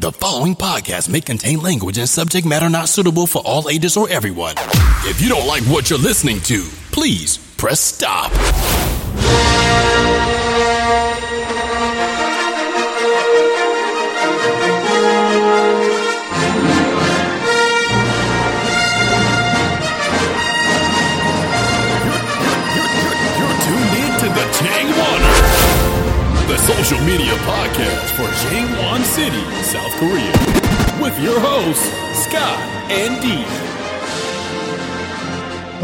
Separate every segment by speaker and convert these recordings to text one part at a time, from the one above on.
Speaker 1: The following podcast may contain language and subject matter not suitable for all ages or everyone. If you don't like what you're listening to, please press stop. You're tuned in to the Chang the social media podcast for Changwon City, South Korea, with your hosts, Scott and Dee.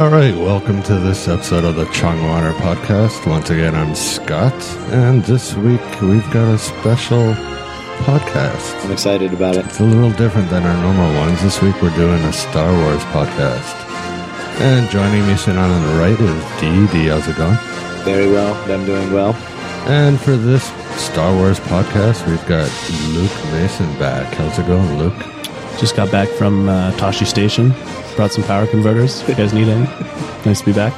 Speaker 2: All right, welcome to this episode of the Changwaner podcast. Once again, I'm Scott, and this week we've got a special podcast.
Speaker 3: I'm excited about it.
Speaker 2: It's a little different than our normal ones. This week we're doing a Star Wars podcast. And joining me sitting on the right is Dee. Dee, how's it going?
Speaker 3: Very well. I'm doing well.
Speaker 2: And for this Star Wars podcast, we've got Luke Mason back. How's it going, Luke?
Speaker 4: Just got back from uh, Toshi Station. Brought some power converters. If you guys need any? Nice to be back.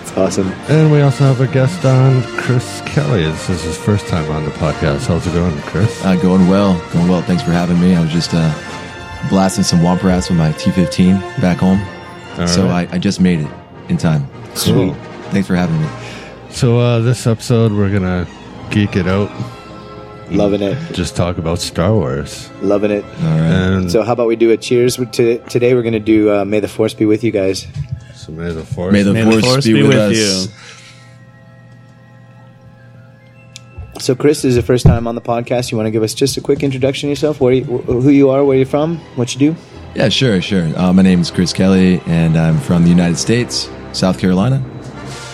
Speaker 3: It's awesome.
Speaker 2: And we also have a guest on, Chris Kelly. This is his first time on the podcast. How's it going, Chris?
Speaker 5: Uh, going well, going well. Thanks for having me. I was just uh, blasting some Womp Rats with my T15 back home.
Speaker 2: All
Speaker 5: so
Speaker 2: right.
Speaker 5: I, I just made it in time.
Speaker 2: Cool.
Speaker 5: Thanks for having me.
Speaker 2: So uh, this episode, we're gonna geek it out.
Speaker 3: Loving it.
Speaker 2: Just talk about Star Wars.
Speaker 3: Loving it.
Speaker 5: All right.
Speaker 2: And so,
Speaker 3: So, how about we do a cheers? with- To, today, we're going to do uh, May the Force Be With You guys.
Speaker 2: may the force.
Speaker 5: May the force, be, with, us.
Speaker 4: you.
Speaker 3: So, Chris this is the first time on the podcast. You want to give us just a quick introduction to yourself, where you, wh- who you are, where you're from, what you do?
Speaker 5: Yeah, sure, sure. Uh, my name is Chris Kelly, and I'm from the United States, South Carolina.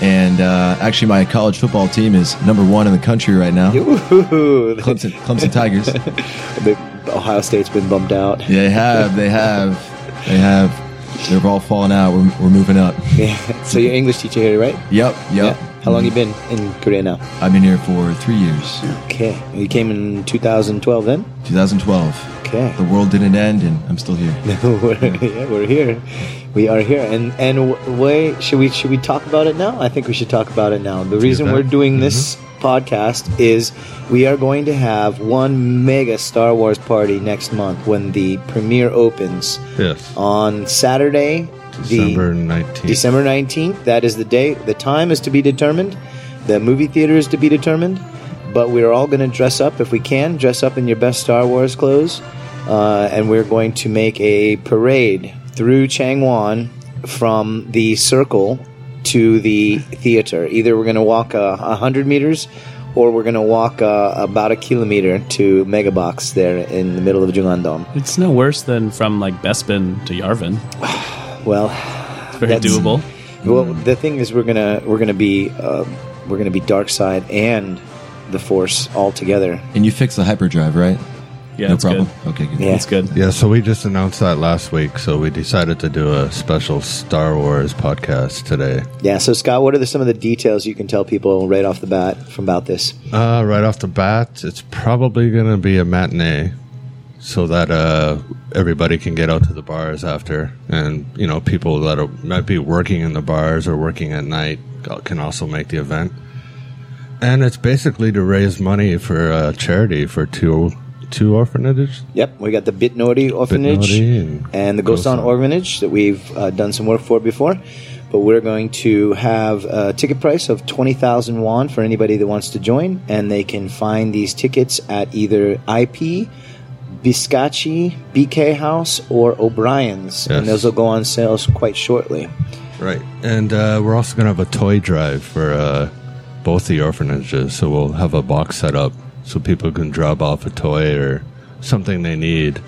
Speaker 5: And uh, actually, my college football team is number one in the country right now.
Speaker 3: Ooh,
Speaker 5: Clemson, Clemson Tigers.
Speaker 3: the- Ohio State's been bumped out.
Speaker 5: They have, they have, they have. They've all fallen out. We're, we're moving up.
Speaker 3: Yeah. So, you're English teacher here, right?
Speaker 5: Yep, yep.
Speaker 3: How long you been in Korea now?
Speaker 5: I've been here for three years.
Speaker 3: Okay. You came in 2012 then?
Speaker 5: 2012.
Speaker 3: Okay.
Speaker 5: The world didn't end, and I'm still here.
Speaker 3: we're, yeah, we're here. We are here, and and wh- way should we should we talk about it now? I think we should talk about it now. The reason
Speaker 2: that. Mm-hmm.
Speaker 3: we're doing this podcast is we are going to have one mega Star Wars party next month when the premiere opens
Speaker 2: yes,
Speaker 3: on Saturday,
Speaker 2: December
Speaker 3: the
Speaker 2: nineteenth.
Speaker 3: December nineteenth. That is the day. The time is to be determined. The movie theater is to be determined. But we are all going to dress up if we can. Dress up in your best Star Wars clothes, uh, and we're going to make a parade through Changwon from the circle to the theater. Either we're going to walk a hundred meters. Or we're gonna walk uh, about a kilometer to Megabox there in the middle of Jungandong.
Speaker 4: It's no worse than from like Bespin to Yarvin.
Speaker 3: Well,
Speaker 4: It's very
Speaker 3: That's-
Speaker 4: doable.
Speaker 3: Well, the thing is, we're gonna we're gonna be uh, we're gonna be dark side and the force all together.
Speaker 5: And you fixed the hyperdrive, right?
Speaker 4: Yeah,
Speaker 5: no
Speaker 4: it's
Speaker 5: problem.
Speaker 4: good.
Speaker 5: Okay, good.
Speaker 3: Yeah.
Speaker 4: It's good.
Speaker 2: yeah, so we just announced that last week. So we decided to do a special Star Wars podcast today.
Speaker 3: Yeah. So, Scott, what are the, some of the details you can tell people right off the bat from about this?
Speaker 2: Uh, right off the bat, it's probably gonna be a matinee, so that uh, everybody can get out to the bars after, and you know, people that are, might be working in the bars or working at night can also make the event. And it's basically to raise money for uh, charity for two two orphanages.
Speaker 3: Yep, we got the Bitnori orphanage
Speaker 2: Bitnori and
Speaker 3: and the Gosan
Speaker 2: Gosan.
Speaker 3: orphanage that we've uh, done some work for before. But we're going to have a ticket price of 20,000 won for anybody that wants to join. And they can find these tickets at either IP, Biscacci, BK House, or O'Brien's.
Speaker 2: Yes.
Speaker 3: And those will go on sales quite shortly.
Speaker 2: Right, and uh, we're also gonna have a toy drive for uh, both the orphanages. So we'll have a box set up so people can drop off a toy or something they need.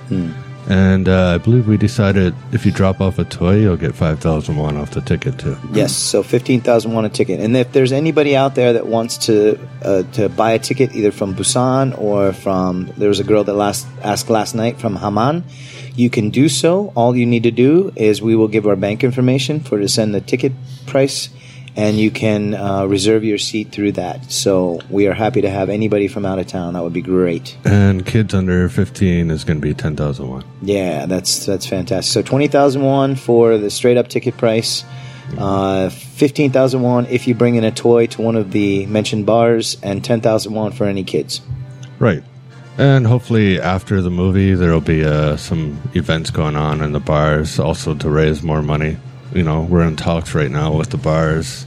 Speaker 2: And uh, I believe we decided if you drop off a toy, you'll get five thousand won off the ticket too.
Speaker 3: Yes, so fifteen thousand won a ticket. And if there's anybody out there that wants to uh, to buy a ticket, either from Busan or from there was a girl that last asked last night from Haman, you can do so. All you need to do is we will give our bank information for to send the ticket price, and you can uh, reserve your seat through that. So we are happy to have anybody from out of town. That would be great.
Speaker 2: And kids under fifteen is gonna be ten thousand won.
Speaker 3: Yeah, that's that's fantastic. So twenty thousand won for the straight up ticket price, uh, fifteen thousand won if you bring in a toy to one of the mentioned bars, and ten thousand won for any kids.
Speaker 2: Right, And hopefully, after the movie, there'll be uh, some events going on in the bars also to raise more money. You know, we're in talks right now with the bars,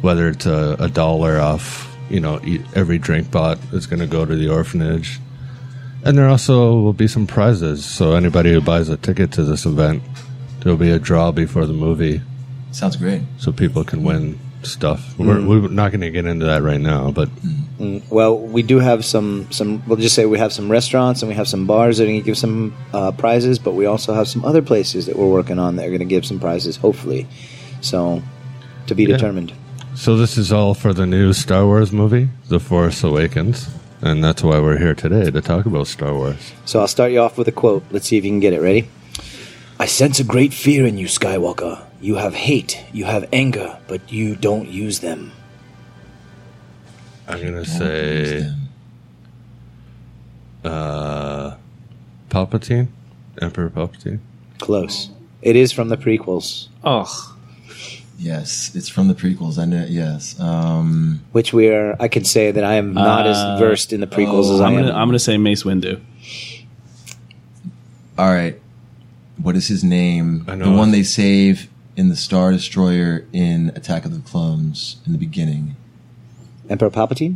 Speaker 2: whether it's a, a dollar off, you know, e- every drink bought is going to go to the orphanage. And there also will be some prizes. So, anybody who buys a ticket to this event, there'll be a draw before the movie
Speaker 5: Sounds great.
Speaker 2: so people can win stuff. We're, we're not going to get into that right now, but
Speaker 3: Well, we do have some some. We'll just say we have some restaurants and we have some bars that are going to give some uh, prizes, but we also have some other places that we're working on that are going to give some prizes. Hopefully, so to be determined.
Speaker 2: So this is all for the new Star Wars movie, The Force Awakens, and that's why we're here today to talk about Star Wars.
Speaker 3: So I'll start you off with a quote. Let's see if you can get it. Ready? I sense a great fear in you, Skywalker. You have hate, you have anger, but you don't use them.
Speaker 2: I'm gonna say, uh, Palpatine, Emperor Palpatine.
Speaker 3: Close. It is from the prequels,
Speaker 4: Oh,
Speaker 5: Yes, it's from the prequels. I know. Yes. Um,
Speaker 3: which we are. I can say that I am not as versed in the prequels as I
Speaker 4: oh, I'm
Speaker 3: am.
Speaker 4: gonna, I'm gonna say Mace Windu.
Speaker 5: all right. What is his name?
Speaker 2: I
Speaker 5: the
Speaker 2: know.
Speaker 5: one they save in the Star Destroyer in Attack of the Clones in the beginning.
Speaker 3: Emperor Palpatine.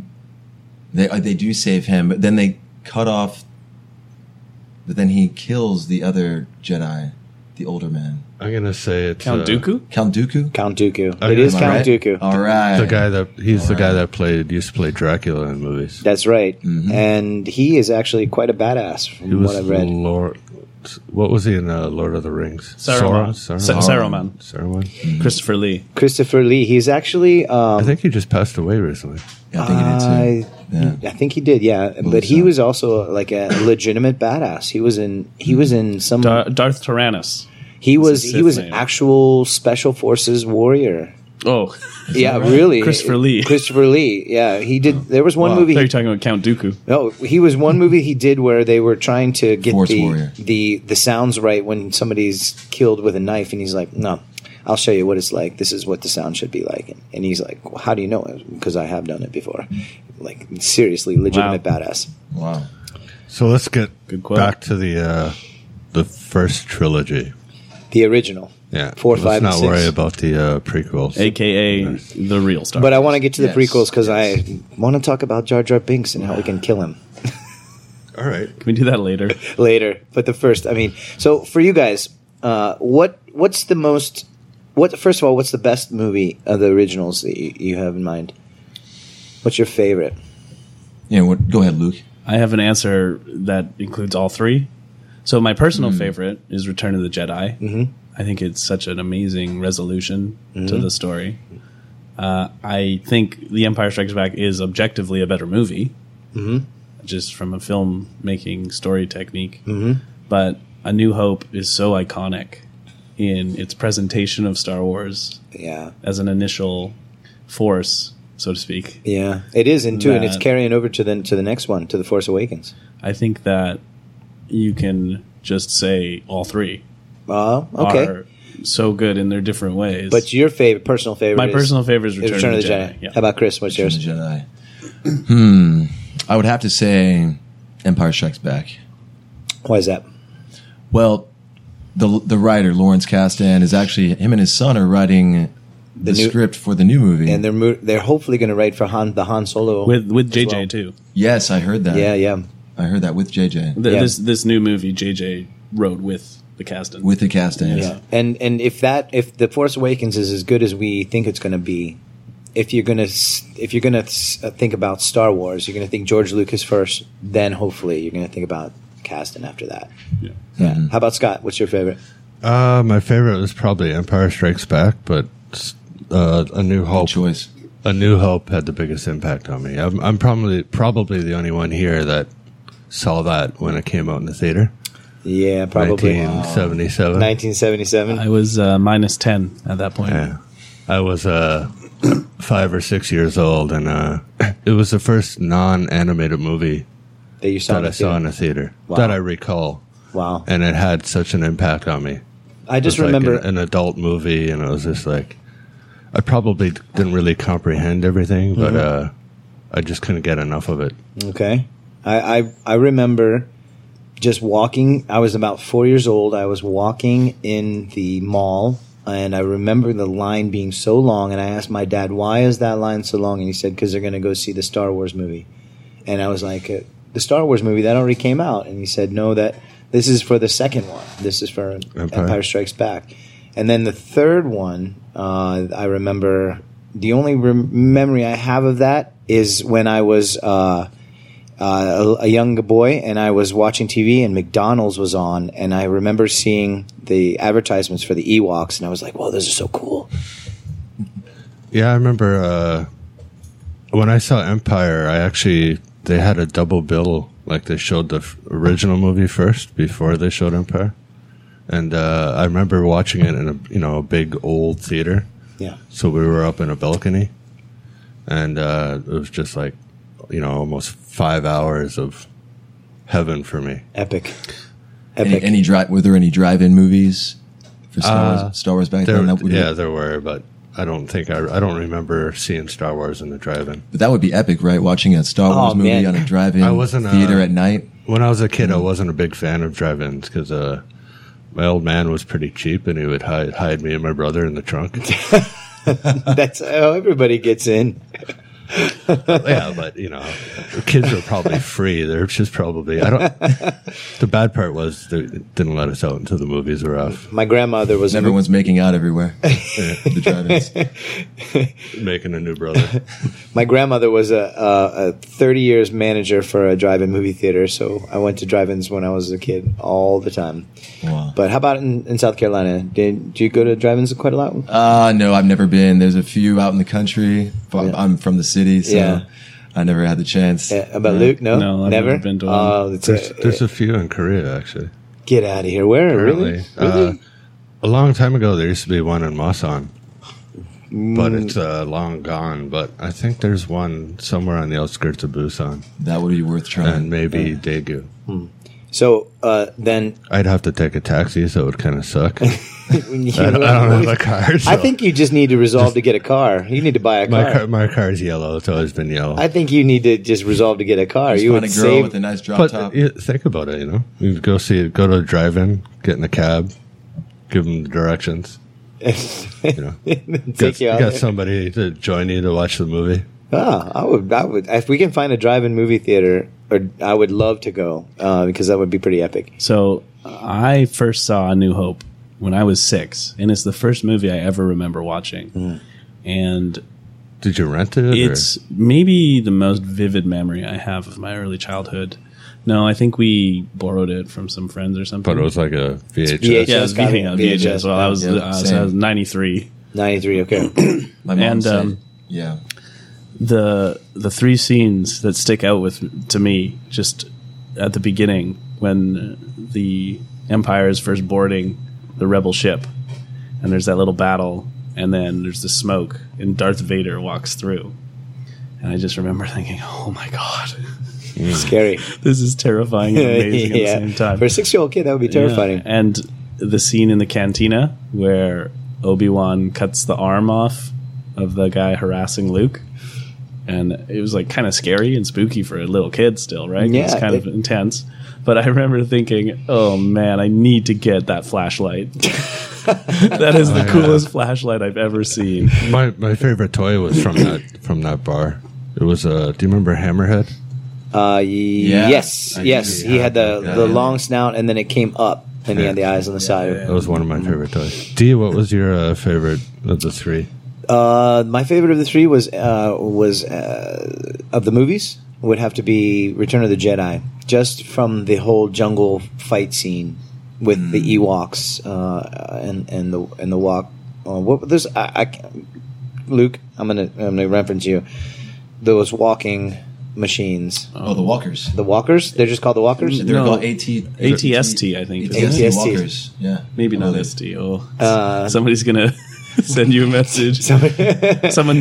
Speaker 5: They uh, they do save him, but then they cut off. But then he kills the other Jedi, the older man,
Speaker 2: I'm gonna say it's
Speaker 4: Count
Speaker 2: uh,
Speaker 4: Dooku.
Speaker 5: Count Dooku.
Speaker 3: Count Dooku.
Speaker 2: Okay,
Speaker 3: it is
Speaker 2: am I
Speaker 5: All
Speaker 3: Count
Speaker 5: right?
Speaker 3: Dooku.
Speaker 5: All right.
Speaker 2: the guy that he's the guy that played used to play Dracula in movies.
Speaker 3: That's right. And he is actually quite a badass
Speaker 2: He
Speaker 3: from
Speaker 2: was
Speaker 3: what I've read.
Speaker 2: Lord. What was he in uh, Lord of the Rings?
Speaker 4: Saruman.
Speaker 2: Sauron?
Speaker 4: Sa-
Speaker 2: Saruman.
Speaker 4: Saruman.
Speaker 2: Saruman.
Speaker 4: Christopher Lee.
Speaker 3: Christopher Lee, he's actually um,
Speaker 2: I think he just passed away recently.
Speaker 5: Yeah, I think he did too. Yeah.
Speaker 3: I think he did, yeah. But he was also like a legitimate badass. He was in he was in some
Speaker 4: Dar- Darth Tyrannus.
Speaker 3: he was
Speaker 4: Sith
Speaker 3: he was an
Speaker 4: name.
Speaker 3: actual special forces warrior.
Speaker 4: Oh,
Speaker 3: Yeah, really.
Speaker 4: Christopher Lee.
Speaker 3: Christopher Lee. Yeah, he did there was one movie
Speaker 4: are
Speaker 3: he
Speaker 4: you talking about Count Dooku?
Speaker 3: No, he was one movie he did where they were trying to get
Speaker 5: Force
Speaker 3: the,
Speaker 5: Warrior.
Speaker 3: the the sounds right when somebody's killed with a knife, and he's like, "No, I'll show you what it's like. This is what the sound should be like." And, and he's like, well, "How do you know?" Because I have done it before. Like seriously, legitimate
Speaker 4: Wow.
Speaker 3: badass.
Speaker 5: Wow.
Speaker 2: So let's get
Speaker 4: Good quote.
Speaker 2: back to the uh, the first trilogy.
Speaker 3: The original.
Speaker 2: Yeah,
Speaker 3: Four,
Speaker 2: let's
Speaker 3: five, and
Speaker 2: not
Speaker 3: six.
Speaker 2: worry about the uh, prequels.
Speaker 4: AKA the real Star.
Speaker 3: But I want to get to the
Speaker 5: Yes,
Speaker 3: prequels because
Speaker 5: yes.
Speaker 3: I want to talk about Jar Jar Binks and how we can kill him.
Speaker 2: All right,
Speaker 4: Can we do that later?
Speaker 3: later. But the first, I mean, so for you guys, uh, what what's the most? What first of all, what's the best movie of the originals that you, you have in mind? What's your favorite?
Speaker 5: Yeah. What, go ahead, Luke.
Speaker 4: I have an answer that includes all three. So my personal favorite is Return of the Jedi. Hmm. Mm-hmm. I think it's such an amazing resolution to the story. Uh, I think The Empire Strikes Back is objectively a better movie, mm-hmm. just from a filmmaking story technique. Mm-hmm. But A New Hope is so iconic in its presentation of Star Wars
Speaker 3: Yeah,
Speaker 4: as an initial force, so to speak.
Speaker 3: yeah, it is in two, and it's
Speaker 4: That-
Speaker 3: carrying over to the to the next one, to the Force Awakens.
Speaker 4: I think that you can just say all three
Speaker 3: Oh, okay.
Speaker 4: are so good in their different ways.
Speaker 3: but your favorite, personal favorite,
Speaker 4: my
Speaker 3: is-
Speaker 4: personal favorite is
Speaker 3: is
Speaker 4: Return,
Speaker 3: Return of the Jedi.
Speaker 4: Yeah.
Speaker 3: How about Chris? What's
Speaker 5: Return
Speaker 3: yours?
Speaker 5: of the Jedi. hmm. I would have to say Empire Strikes Back.
Speaker 3: Why is that?
Speaker 5: Well, the the writer Lawrence Kasdan is actually him and his son are writing the,
Speaker 3: new-
Speaker 5: script for the new movie.
Speaker 3: And they're mo- they're hopefully going to write for Han the Han Solo.
Speaker 4: with with JJ
Speaker 3: well.
Speaker 4: too.
Speaker 5: yes, I heard that.
Speaker 3: yeah, yeah,
Speaker 5: I heard that with
Speaker 4: Th-
Speaker 5: JJ
Speaker 3: Yeah.
Speaker 4: This this new movie JJ wrote with the Caston.
Speaker 5: with the Kasdans.
Speaker 3: Yeah. And and if that if the Force Awakens is as good as we think it's going to be, if you're gonna s- if you're gonna s- uh, think about Star Wars, you're gonna think George Lucas first. Then hopefully you're gonna think about Kasdan after that.
Speaker 4: Yeah.
Speaker 3: Yeah. How about Scott? What's your favorite?
Speaker 2: uh, my favorite was probably Empire Strikes Back, but uh, A New
Speaker 5: Good
Speaker 2: Hope.
Speaker 5: choice.
Speaker 2: A New Hope had the biggest impact on me. I'm, I'm probably probably the only one here that saw that when it came out in the theater,
Speaker 3: Yeah, probably
Speaker 2: 1977.
Speaker 3: 1977.
Speaker 4: I was uh, minus ten at that point.
Speaker 2: Yeah. I was uh, five or six years old, and uh, it was the first non-animated movie
Speaker 3: That you saw.
Speaker 2: that
Speaker 3: in
Speaker 2: I
Speaker 3: the
Speaker 2: saw in
Speaker 3: theater.
Speaker 2: a theater
Speaker 3: Wow.
Speaker 2: that I recall,
Speaker 3: Wow.
Speaker 2: and it had such an impact on me.
Speaker 3: I just
Speaker 2: was like
Speaker 3: remember.
Speaker 2: an, an adult movie, and I was just like, I probably didn't really comprehend everything, but uh, I just couldn't get enough of it.
Speaker 3: okay. I, I I remember just walking. I was about four years old. I was walking in the mall, and I remember the line being so long. And I asked my dad, "Why is that line so long?" And he said, "Because they're going to go see the Star Wars movie." And I was like, uh, "The Star Wars movie that already came out." And he said, "No, that this is for the second one. This is for
Speaker 2: Empire.
Speaker 3: Empire, Strikes Back." And then the third one, uh, I remember. The only rem- memory I have of that is when I was. Uh, uh, a, a young boy and I was watching TV and McDonald's was on and I remember seeing the advertisements for the Ewoks and I was like, "Whoa, those are so cool!"
Speaker 2: Yeah, I remember uh, when I saw Empire. I actually they had a double bill. Like they showed the f- original movie first before they showed Empire, and uh, I remember watching it in a you know a big old theater.
Speaker 3: Yeah,
Speaker 2: So we were up in a balcony, and uh, it was just like you know almost five hours of heaven for me.
Speaker 3: epic,
Speaker 5: Any,
Speaker 3: epic.
Speaker 5: any drive? Were there any drive-in movies for Star, Wars, Star Wars back
Speaker 2: Uh, There,
Speaker 5: then? That would
Speaker 2: yeah,
Speaker 5: be,
Speaker 2: there were, but I don't think I I don't remember seeing Star Wars in the drive-in.
Speaker 5: but that would be epic, right? Watching a Star Wars movie
Speaker 3: Oh, man.
Speaker 5: on a drive-in
Speaker 2: I wasn't, uh,
Speaker 5: theater at night.
Speaker 2: When I was a kid, I
Speaker 5: Mm-hmm.
Speaker 2: wasn't a big fan of drive-ins because uh, my old man was pretty cheap, and he would hide, hide me and my brother in the trunk.
Speaker 3: That's how everybody gets in.
Speaker 2: yeah, but you know, kids were probably free. They're just probably I don't. the bad part was they didn't let us out until the movies were off,
Speaker 3: My grandmother was a
Speaker 5: Everyone's making out everywhere. the drive-ins.
Speaker 2: making a new brother.
Speaker 3: my grandmother was a, a, a 30 years manager for a drive-in movie theater, so I went to drive-ins when I was a kid all the time.
Speaker 5: Wow.
Speaker 3: But how about in, in South Carolina? Did do you go to drive-ins quite a lot?
Speaker 5: Uh, no, I've never been. There's a few out in the country. But I'm- I'm from the city, so
Speaker 3: Yeah.
Speaker 5: I never had the chance.
Speaker 3: Yeah, Uh, about Luke? No,
Speaker 4: No, I've
Speaker 3: never?
Speaker 4: never been to one.
Speaker 3: Oh, it's
Speaker 2: There's,
Speaker 3: a-
Speaker 2: there's a few in Korea actually.
Speaker 3: get out of here! Where really?
Speaker 2: Uh, a long time ago, there used to be one in Masan, but
Speaker 3: Mm.
Speaker 2: it's uh, long gone. But I think there's one somewhere on the outskirts of Busan
Speaker 5: That would be worth
Speaker 2: and
Speaker 5: trying.
Speaker 2: maybe Daegu.
Speaker 3: So uh, then,
Speaker 2: I'd have to take a taxi, so it would kind of suck.
Speaker 3: you,
Speaker 2: I don't, I don't have a car. So
Speaker 3: I think you just need to resolve to get a car. You need to buy a
Speaker 2: my
Speaker 3: car.
Speaker 2: car, my car is yellow. It's always been yellow.
Speaker 3: I think you need to just resolve to get a car.
Speaker 5: Just
Speaker 3: you
Speaker 5: find
Speaker 3: would
Speaker 5: a girl
Speaker 3: save.
Speaker 5: with a nice drop
Speaker 2: but
Speaker 5: top.
Speaker 2: you think about it, you know, you could go see it, go to a drive-in, get in a cab, give them the directions. You know,
Speaker 3: take
Speaker 2: got,
Speaker 3: you out
Speaker 2: got
Speaker 3: there.
Speaker 2: somebody to join you to watch the movie.
Speaker 3: Ah, I would. I would. If we can find a drive-in movie theater, or I would love to go uh, because that would be pretty epic.
Speaker 4: So I first saw A New Hope when I was six, and it's the first movie I ever remember watching. And
Speaker 2: Did you rent it? or-
Speaker 4: it's maybe the most vivid memory I have of my early childhood. No, I think we borrowed it from some friends or something.
Speaker 2: but it was like a VHS.
Speaker 3: VHS.
Speaker 4: yeah, it was
Speaker 3: Just got
Speaker 4: VHS.
Speaker 3: it.
Speaker 4: VHS. Well, I was,
Speaker 5: Yeah,
Speaker 4: uh, so I
Speaker 5: same.
Speaker 4: was 93.
Speaker 3: Ninety-three. Okay.
Speaker 5: My mom
Speaker 4: and,
Speaker 5: said,
Speaker 4: um,
Speaker 5: yeah.
Speaker 4: the the three scenes that stick out with to me just at the beginning when the empire is first boarding the rebel ship and there's that little battle and then there's the smoke and Darth Vader walks through and I just remember thinking oh my god
Speaker 3: Scary.
Speaker 4: this is terrifying and amazing
Speaker 3: yeah.
Speaker 4: at the same time
Speaker 3: For a six-year-old kid, that would be terrifying.
Speaker 4: yeah. And the scene in the cantina where Obi Wan cuts the arm off of the guy harassing Luke. And it was like kind of scary and spooky for a little kid, still, right?
Speaker 3: Yeah,
Speaker 4: it's kind
Speaker 3: it-
Speaker 4: of intense. But I remember thinking, "Oh man, I need to get that flashlight. that is the coolest flashlight I've ever seen."
Speaker 2: My my favorite toy was from that from that bar. It was a. Do you remember Hammerhead?
Speaker 3: Uh, y- Yes.
Speaker 2: I
Speaker 3: Yes.
Speaker 2: usually
Speaker 3: He had
Speaker 2: have
Speaker 3: the
Speaker 2: that.
Speaker 3: the
Speaker 2: Yeah.
Speaker 3: long snout, and then it came up, and he had the eyes on the side.
Speaker 2: That was one of my favorite toys. D, what was your uh, favorite of the three?
Speaker 3: Uh, my favorite of the three was uh, was uh, of the movies would have to be Return of the Jedi, just from the whole jungle fight scene with the
Speaker 4: Hmm.
Speaker 3: Ewoks uh, and and the and the walk. Uh, what there's I, I can't- Luke, I'm gonna I'm gonna reference you. Those walking machines,
Speaker 5: Oh, the Walkers.
Speaker 3: the walkers. They're just called the walkers.
Speaker 5: They're
Speaker 4: No.
Speaker 5: called AT,
Speaker 4: ATST, I think.
Speaker 5: ATST,
Speaker 3: ATST.
Speaker 5: Walkers. Yeah.
Speaker 4: Maybe
Speaker 5: I
Speaker 4: not
Speaker 5: believe.
Speaker 4: ST. Oh, somebody's gonna send you a message. Someone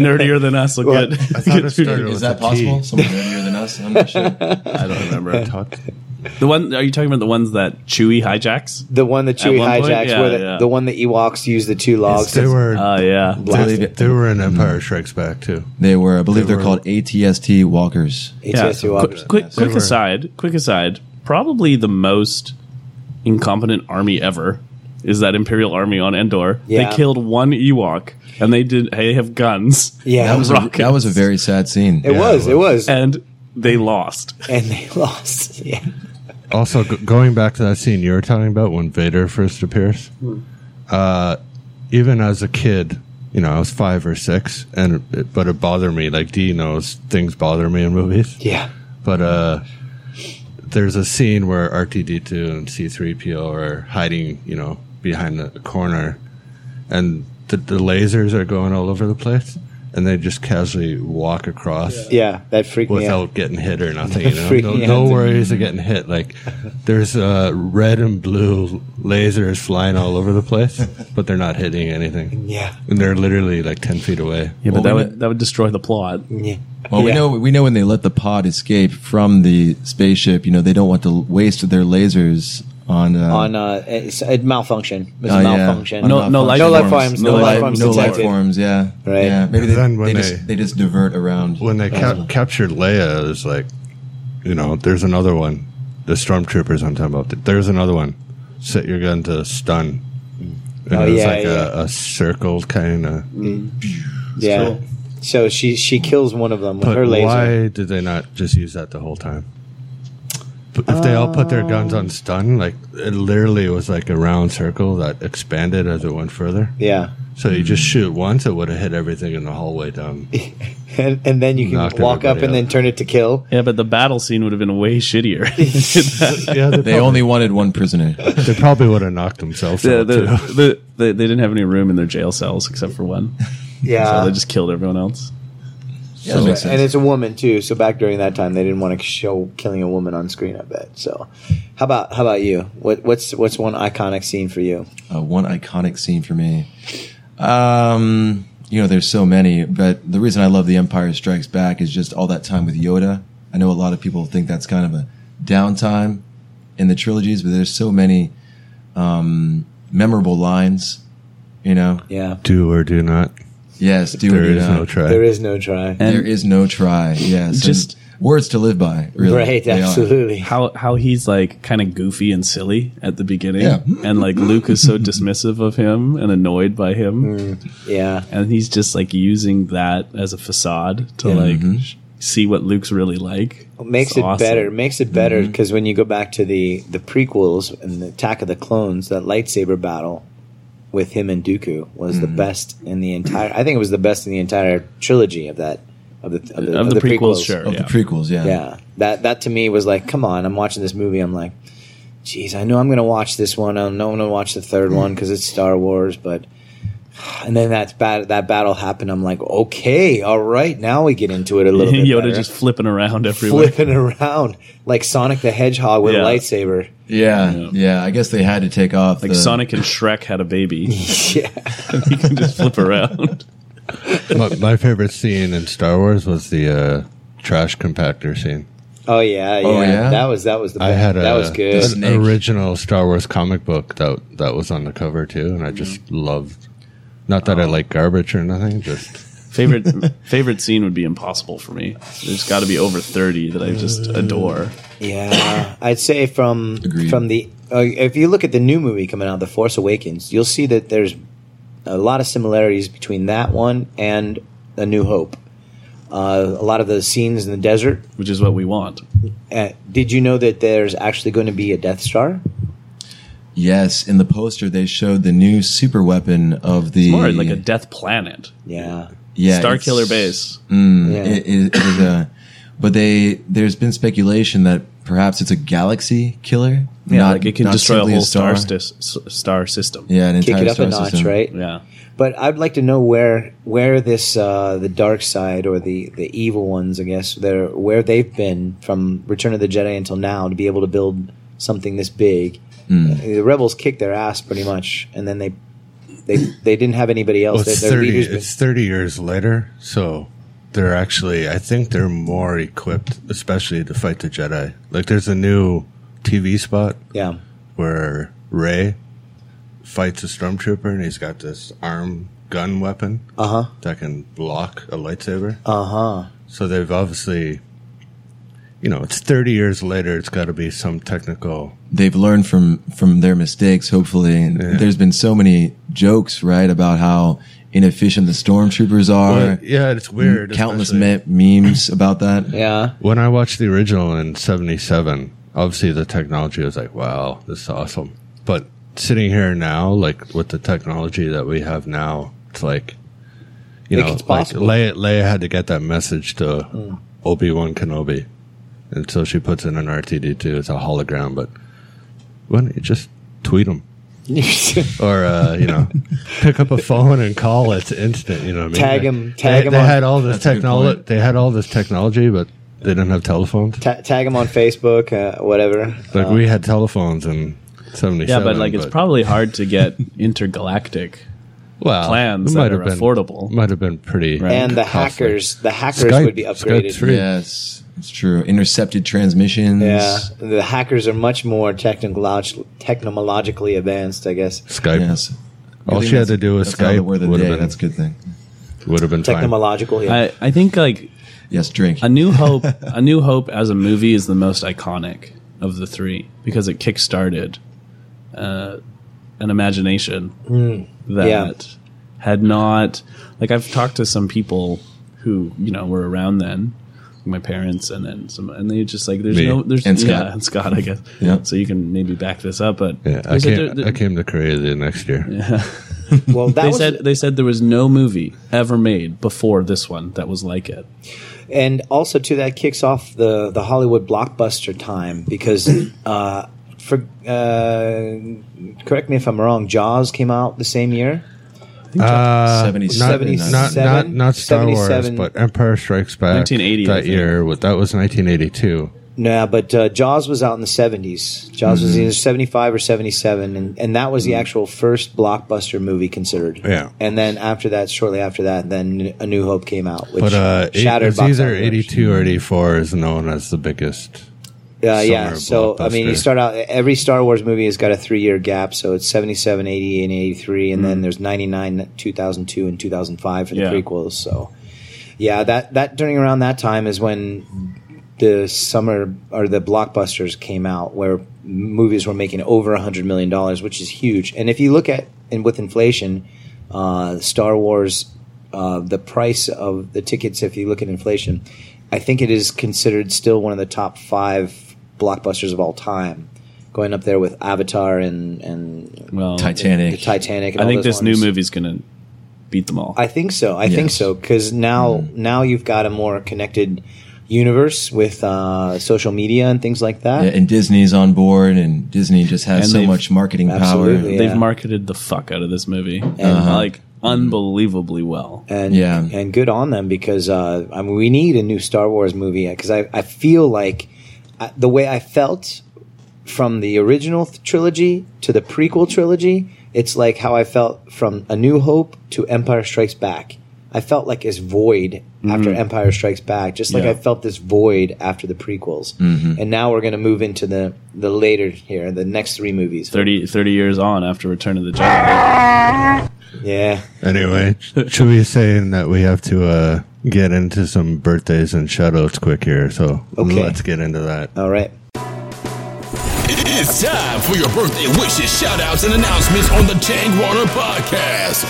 Speaker 4: nerdier than us will
Speaker 3: Well,
Speaker 4: get.
Speaker 2: I thought it
Speaker 4: get-
Speaker 2: started
Speaker 5: Is
Speaker 2: with
Speaker 5: that
Speaker 2: a T.
Speaker 5: possible? Someone earlier than us? I'm not sure.
Speaker 4: I don't remember.
Speaker 2: Tut.
Speaker 4: The one are you talking about? The ones that Chewie hijacks?
Speaker 3: The one that Chewie
Speaker 4: one point?
Speaker 3: hijacks,
Speaker 4: Yeah,
Speaker 3: where the,
Speaker 4: yeah.
Speaker 3: the one that Ewoks use the two logs.
Speaker 2: They were
Speaker 4: Oh yeah,
Speaker 3: Blasted.
Speaker 5: Believe it.
Speaker 2: they were in Empire Strikes Back too.
Speaker 5: They were, I
Speaker 2: They
Speaker 5: believe they are
Speaker 2: were-
Speaker 5: called ATST walkers.
Speaker 4: yeah.
Speaker 3: ATS Ewoks.
Speaker 4: Quick, quick,
Speaker 5: Yes.
Speaker 4: quick
Speaker 2: They were-
Speaker 4: aside. Quick aside. Probably the most incompetent army ever is that Imperial Army on Endor.
Speaker 3: Yeah.
Speaker 4: They killed one Ewok, and they did. They have guns.
Speaker 3: Yeah.
Speaker 5: That was, a,
Speaker 4: Rockets.
Speaker 5: that was a very sad scene.
Speaker 3: It was, it was,
Speaker 4: and they lost.
Speaker 3: and they lost. Yeah,
Speaker 2: Also, g- going back to that scene you were talking about when Vader first appears,
Speaker 4: Hmm.
Speaker 2: uh, even as a kid, you know, I was five or six, and it, but it bothered me. Like D knows, things bother me in movies.
Speaker 3: yeah.
Speaker 2: But uh, there's a scene where R2D2 and C3PO are hiding, you know, behind the corner, and the, the lasers are going all over the place, and they just casually walk across
Speaker 3: Yeah, that freaked me out.
Speaker 2: without getting hit or nothing. You know,
Speaker 3: Freaking
Speaker 2: no,
Speaker 3: hands
Speaker 2: no
Speaker 3: in.
Speaker 2: worries of getting hit. Like there's uh, red and blue lasers flying all over the place, but they're not hitting anything.
Speaker 3: Yeah,
Speaker 2: And they're literally like ten feet away.
Speaker 4: Yeah,
Speaker 5: Well,
Speaker 4: but that
Speaker 5: we-
Speaker 4: would that would destroy the plot.
Speaker 3: yeah.
Speaker 5: Well, we
Speaker 3: Yeah.
Speaker 5: know we know when they let the pod escape from the spaceship, you know, they don't want to waste their lasers on uh,
Speaker 3: on uh, it's, it malfunction. It's
Speaker 5: Oh,
Speaker 3: a
Speaker 5: yeah.
Speaker 3: malfunction.
Speaker 5: On
Speaker 4: No-
Speaker 5: malfunction.
Speaker 4: no life
Speaker 3: No life
Speaker 4: forms.
Speaker 3: forms.
Speaker 5: no,
Speaker 3: No life
Speaker 5: life,
Speaker 3: forms
Speaker 5: no life
Speaker 3: detected.
Speaker 5: forms. Yeah,
Speaker 3: Right.
Speaker 5: Yeah, maybe they,
Speaker 2: Then when
Speaker 5: they,
Speaker 2: they-
Speaker 5: just, they just divert around.
Speaker 2: When they
Speaker 3: Uh-huh.
Speaker 2: cap- captured Leia, it was like, you know, there's another one. The stormtroopers I'm talking about. There's another one. Set your gun to stun. And
Speaker 3: Oh,
Speaker 2: it was
Speaker 3: yeah,
Speaker 2: like
Speaker 3: yeah.
Speaker 2: a, a circle kind of.
Speaker 3: yeah.
Speaker 4: cool.
Speaker 3: So she she kills one of them with
Speaker 2: But
Speaker 3: her laser.
Speaker 2: why did they not just use that the whole time? But if they all put their guns
Speaker 3: Oh.
Speaker 2: on stun, like it literally was like a round circle that expanded as it went further.
Speaker 3: Yeah,
Speaker 2: So you
Speaker 3: Hmm.
Speaker 2: just shoot once, it would have hit everything in the hallway down.
Speaker 3: and and then you can
Speaker 2: Knocked
Speaker 3: walk up
Speaker 2: everybody
Speaker 3: and
Speaker 2: out.
Speaker 3: then turn it to kill.
Speaker 4: Yeah, but the battle scene would have been way shittier. the,
Speaker 2: yeah, they,
Speaker 5: They only wanted one prisoner.
Speaker 2: they probably would have knocked themselves
Speaker 4: the,
Speaker 2: out too.
Speaker 4: the, the, they didn't have any room in their jail cells except for one, so
Speaker 3: Yeah.
Speaker 4: they just killed everyone else.
Speaker 5: Yeah, that makes
Speaker 3: and
Speaker 5: sense.
Speaker 3: it's a woman too. So back during that time, they didn't want to show killing a woman on screen. I bet. So, how about how about you? What what's what's one iconic scene for you?
Speaker 5: Uh, one iconic scene for me. Um, you know, there's so many, but the reason I love The Empire Strikes Back is just all that time with Yoda. I know a lot of people think that's kind of a downtime in the trilogies, but there's so many um, memorable lines. You know,
Speaker 3: Yeah,
Speaker 2: Do or do not.
Speaker 5: yes, do
Speaker 2: There
Speaker 5: or do
Speaker 2: is
Speaker 5: not.
Speaker 2: no try.
Speaker 3: there is no try.
Speaker 5: There is no try. Yes,
Speaker 4: Just-
Speaker 5: just words to live by. Really,
Speaker 3: right,
Speaker 5: They are.
Speaker 3: absolutely.
Speaker 4: How how he's like kind of goofy and silly at the beginning,
Speaker 5: Yeah.
Speaker 4: and like Luke is so dismissive of him and annoyed by him,
Speaker 3: Mm. Yeah,
Speaker 4: and he's just like using that as a facade to like sh see what Luke's really like.
Speaker 3: Mm-hmm. makes
Speaker 4: It's
Speaker 3: it
Speaker 4: awesome. Mm-hmm.
Speaker 3: better. Makes it better because when you go back to the the prequels and the Attack of the Clones, that lightsaber battle with him and Dooku was
Speaker 4: Mm-hmm.
Speaker 3: the best in the entire. I think it was the best in the entire trilogy of that of the of the,
Speaker 4: of, the, prequels, sure.
Speaker 5: of
Speaker 4: yeah.
Speaker 5: the prequels. Yeah,
Speaker 3: Yeah, that that to me was like, come on, I'm watching this movie. I'm like, geez, I know I'm gonna watch this one. I know I'm gonna watch the third one
Speaker 4: Mm.
Speaker 3: because it's Star Wars, but. And then that's bad. That battle happened. I'm like, okay, all right. Now we get into it a little bit.
Speaker 4: Yoda
Speaker 3: better
Speaker 4: just flipping around everywhere.
Speaker 3: flipping around like Sonic the Hedgehog with a
Speaker 4: Yeah.
Speaker 3: lightsaber.
Speaker 5: yeah, yeah, I guess they had to take off
Speaker 4: Like
Speaker 5: the-
Speaker 4: Sonic and Shrek had a baby.
Speaker 3: Yeah,
Speaker 4: he can just flip around.
Speaker 2: my, my favorite scene in Star Wars was the uh, trash compactor scene.
Speaker 3: oh yeah, yeah.
Speaker 5: Oh, yeah?
Speaker 3: That was that was the
Speaker 2: I had a
Speaker 3: that was good.
Speaker 2: an
Speaker 5: snake.
Speaker 2: original Star Wars comic book that that was on the cover too, and I just loved. Not that I like garbage or nothing, just
Speaker 4: Favorite favorite scene would be impossible for me. There's got to be over thirty that I just adore.
Speaker 3: Yeah, I'd say from
Speaker 5: Agreed.
Speaker 3: from the uh, if you look at the new movie coming out, The Force Awakens, you'll see that there's a lot of similarities between that one and A New Hope. Uh, a lot of the scenes in the desert.
Speaker 4: which is what we want.
Speaker 3: Uh, did you know that there's actually going to be a Death Star?
Speaker 5: Yes, in the poster they showed the new super weapon of the
Speaker 4: More like a death planet,
Speaker 3: Yeah,
Speaker 5: yeah,
Speaker 4: Star
Speaker 5: it's-
Speaker 4: Killer Base.
Speaker 3: yeah.
Speaker 5: Mm. It, it- it is a, but they there's been speculation that perhaps it's a galaxy killer.
Speaker 4: Yeah, like it can
Speaker 5: not
Speaker 4: destroy a
Speaker 5: simply
Speaker 4: whole star
Speaker 5: star.
Speaker 4: sys- s- star system.
Speaker 5: Yeah, an
Speaker 3: Kick
Speaker 5: entire
Speaker 3: it up
Speaker 5: star
Speaker 3: a notch,
Speaker 5: system.
Speaker 3: right?
Speaker 4: yeah.
Speaker 3: But I'd like to know where where this uh, the dark side or the the evil ones, I guess, they're where they've been from Return of the Jedi until now to be able to build something this big.
Speaker 2: Hmm.
Speaker 3: The rebels kicked their ass pretty much, and then they they they didn't have anybody else.
Speaker 2: well, it's
Speaker 3: their their
Speaker 2: thirty.
Speaker 3: leaders.
Speaker 2: It's thirty years later, so they're actually. I think they're more equipped, especially to fight the Jedi. Like there's a new TV spot
Speaker 3: Yeah.
Speaker 2: where Ray fights a stormtrooper and he's got this arm gun weapon
Speaker 3: Uh huh.
Speaker 2: that can block a lightsaber.
Speaker 3: Uh huh.
Speaker 2: So they've obviously, you know, it's 30 years later, it's got to be some technical.
Speaker 5: they've learned from from their mistakes hopefully and there's been so many jokes right about how inefficient the stormtroopers are
Speaker 2: yeah, it's weird.
Speaker 5: countless
Speaker 2: especially-
Speaker 5: me- memes about that
Speaker 3: Yeah.
Speaker 2: When I watched the original in 77, obviously the technology was like, wow, this is awesome. But sitting here now, like with the technology that we have now, it's like, you
Speaker 3: Like,
Speaker 2: know,
Speaker 3: it's
Speaker 2: like
Speaker 3: possible. Hmm.
Speaker 2: Leia, Leia had to get that message to Obi Wan Kenobi. And so she puts in an RTD2. It's a hologram, but why don't you just tweet them? Or, uh, you know, pick up a phone and call. It's instant. You know what I mean?
Speaker 3: Tag 'em- tag
Speaker 2: they,
Speaker 3: 'em
Speaker 2: they
Speaker 3: on-
Speaker 2: had all this
Speaker 5: That's a good
Speaker 2: technology.
Speaker 5: point.
Speaker 2: They had all this technology, but they didn't have telephones.
Speaker 3: Ta tag him on Facebook, uh, whatever.
Speaker 2: Like we had telephones in '77.
Speaker 4: Yeah, but like it's probably hard to get intergalactic.
Speaker 2: well,
Speaker 4: plans
Speaker 2: it
Speaker 4: that
Speaker 2: might
Speaker 4: are
Speaker 2: have been-
Speaker 4: affordable.
Speaker 2: Might have been pretty.
Speaker 4: Right.
Speaker 3: And the
Speaker 2: Tough.
Speaker 3: hackers, the hackers
Speaker 2: Skype-
Speaker 3: would be
Speaker 2: Skype
Speaker 3: upgraded.
Speaker 2: three.
Speaker 5: yes it's true intercepted transmissions
Speaker 3: Yeah, the hackers are much more technolog- technologically advanced, I guess.
Speaker 2: Skype.
Speaker 5: yes
Speaker 2: All
Speaker 5: I think
Speaker 2: she had
Speaker 5: that's-
Speaker 2: to do was
Speaker 5: that's not
Speaker 2: Skype.
Speaker 5: the word of the
Speaker 2: Would
Speaker 5: day.
Speaker 2: have
Speaker 5: that's a
Speaker 2: been,
Speaker 5: good thing
Speaker 2: would have been fine.
Speaker 3: Technological, yeah.
Speaker 4: I, I think like
Speaker 5: yes drink
Speaker 4: A New Hope, A New Hope as a movie is the most iconic of the three because it kickstarted uh, an imagination that
Speaker 3: Hmm. yeah.
Speaker 4: had not. Like I've talked to some people who you know were around then, my parents, and then some, and they just like there's
Speaker 2: Me.
Speaker 4: no there's
Speaker 5: And Scott.
Speaker 4: yeah and Scott I guess
Speaker 5: Yeah.
Speaker 4: So you can maybe back this up, but
Speaker 2: Yeah, I
Speaker 4: there's a-
Speaker 2: came,
Speaker 4: there-
Speaker 2: I came to Korea the next year.
Speaker 3: well, that
Speaker 4: they
Speaker 3: was,
Speaker 4: said they said there was no movie ever made before this one that was like it.
Speaker 3: and also too, that kicks off the the Hollywood blockbuster time because, uh, for uh, correct me if I'm wrong, Jaws came out the same year.
Speaker 2: Uh,
Speaker 5: 77.
Speaker 2: not, not, not, not Star Wars,
Speaker 3: 77.
Speaker 2: but Empire Strikes Back.
Speaker 4: 1980, I
Speaker 2: that
Speaker 4: think.
Speaker 2: year. wa- That was 1982.
Speaker 3: No, but uh, Jaws was out in the seventies. Jaws
Speaker 2: Mm-hmm.
Speaker 3: was either seventy five or seventy seven, and, and that was the actual first blockbuster movie considered.
Speaker 2: Yeah.
Speaker 3: and then after that, shortly after that, then A New Hope came out, which
Speaker 2: But uh, it,
Speaker 3: shattered
Speaker 2: it's
Speaker 3: box
Speaker 2: either
Speaker 3: office.
Speaker 2: 82 or 84 is known as the biggest.
Speaker 3: Uh, yeah,
Speaker 2: summer
Speaker 3: so I mean, you
Speaker 2: blockbuster.
Speaker 3: start out every Star Wars movie has got a three year gap, so it's 77, 80, and 83, and
Speaker 2: Mm.
Speaker 3: then there's 99, 2002, and 2005 for the
Speaker 4: Yeah.
Speaker 3: prequels. So, yeah, that that during around that time is when the summer or the blockbusters came out, where movies were making over hundred million dollars, which is huge. And if you look at and with inflation, uh, Star Wars uh, the price of the tickets, if you look at inflation, I think it is considered still one of the top five blockbusters of all time, going up there with Avatar and and
Speaker 4: Well,
Speaker 3: the
Speaker 5: titanic
Speaker 3: Titanic. And
Speaker 4: I
Speaker 3: all
Speaker 4: think
Speaker 3: those
Speaker 4: this new
Speaker 3: ones.
Speaker 4: movie's gonna beat them all.
Speaker 3: I think so. I think
Speaker 5: Yes.
Speaker 3: so because now
Speaker 4: Hmm.
Speaker 3: now you've got a more connected universe with uh, social media and things like that.
Speaker 5: yeah, and disney's on board and disney just has
Speaker 4: And
Speaker 5: so
Speaker 4: they've-
Speaker 5: much marketing
Speaker 3: Absolutely.
Speaker 5: power
Speaker 4: They've
Speaker 3: Yeah.
Speaker 4: marketed the fuck out of this movie,
Speaker 5: Uh-huh.
Speaker 4: like unbelievably well.
Speaker 3: and
Speaker 5: Yeah.
Speaker 3: and good on them because uh, I mean we need a new Star Wars movie because I I feel like I, the way I felt from the original th- trilogy to the prequel trilogy, it's like how I felt from A New Hope to Empire Strikes Back. I felt like this void
Speaker 2: Mm-hmm.
Speaker 3: after Empire Strikes Back, just like
Speaker 4: Yeah.
Speaker 3: I felt this void after the prequels.
Speaker 2: Mm-hmm.
Speaker 3: And now we're going to move into the the later here, the next three movies.
Speaker 4: 30, 30 years on after Return of the Jedi,
Speaker 3: Yeah,
Speaker 2: Anyway, Chewy is saying that we have to uh, get into some birthdays and shoutouts quick here, so
Speaker 3: Okay.
Speaker 2: let's get into that.
Speaker 3: all right.
Speaker 1: It's time for your birthday wishes, shout outs, and announcements on the Tang Warner Podcast.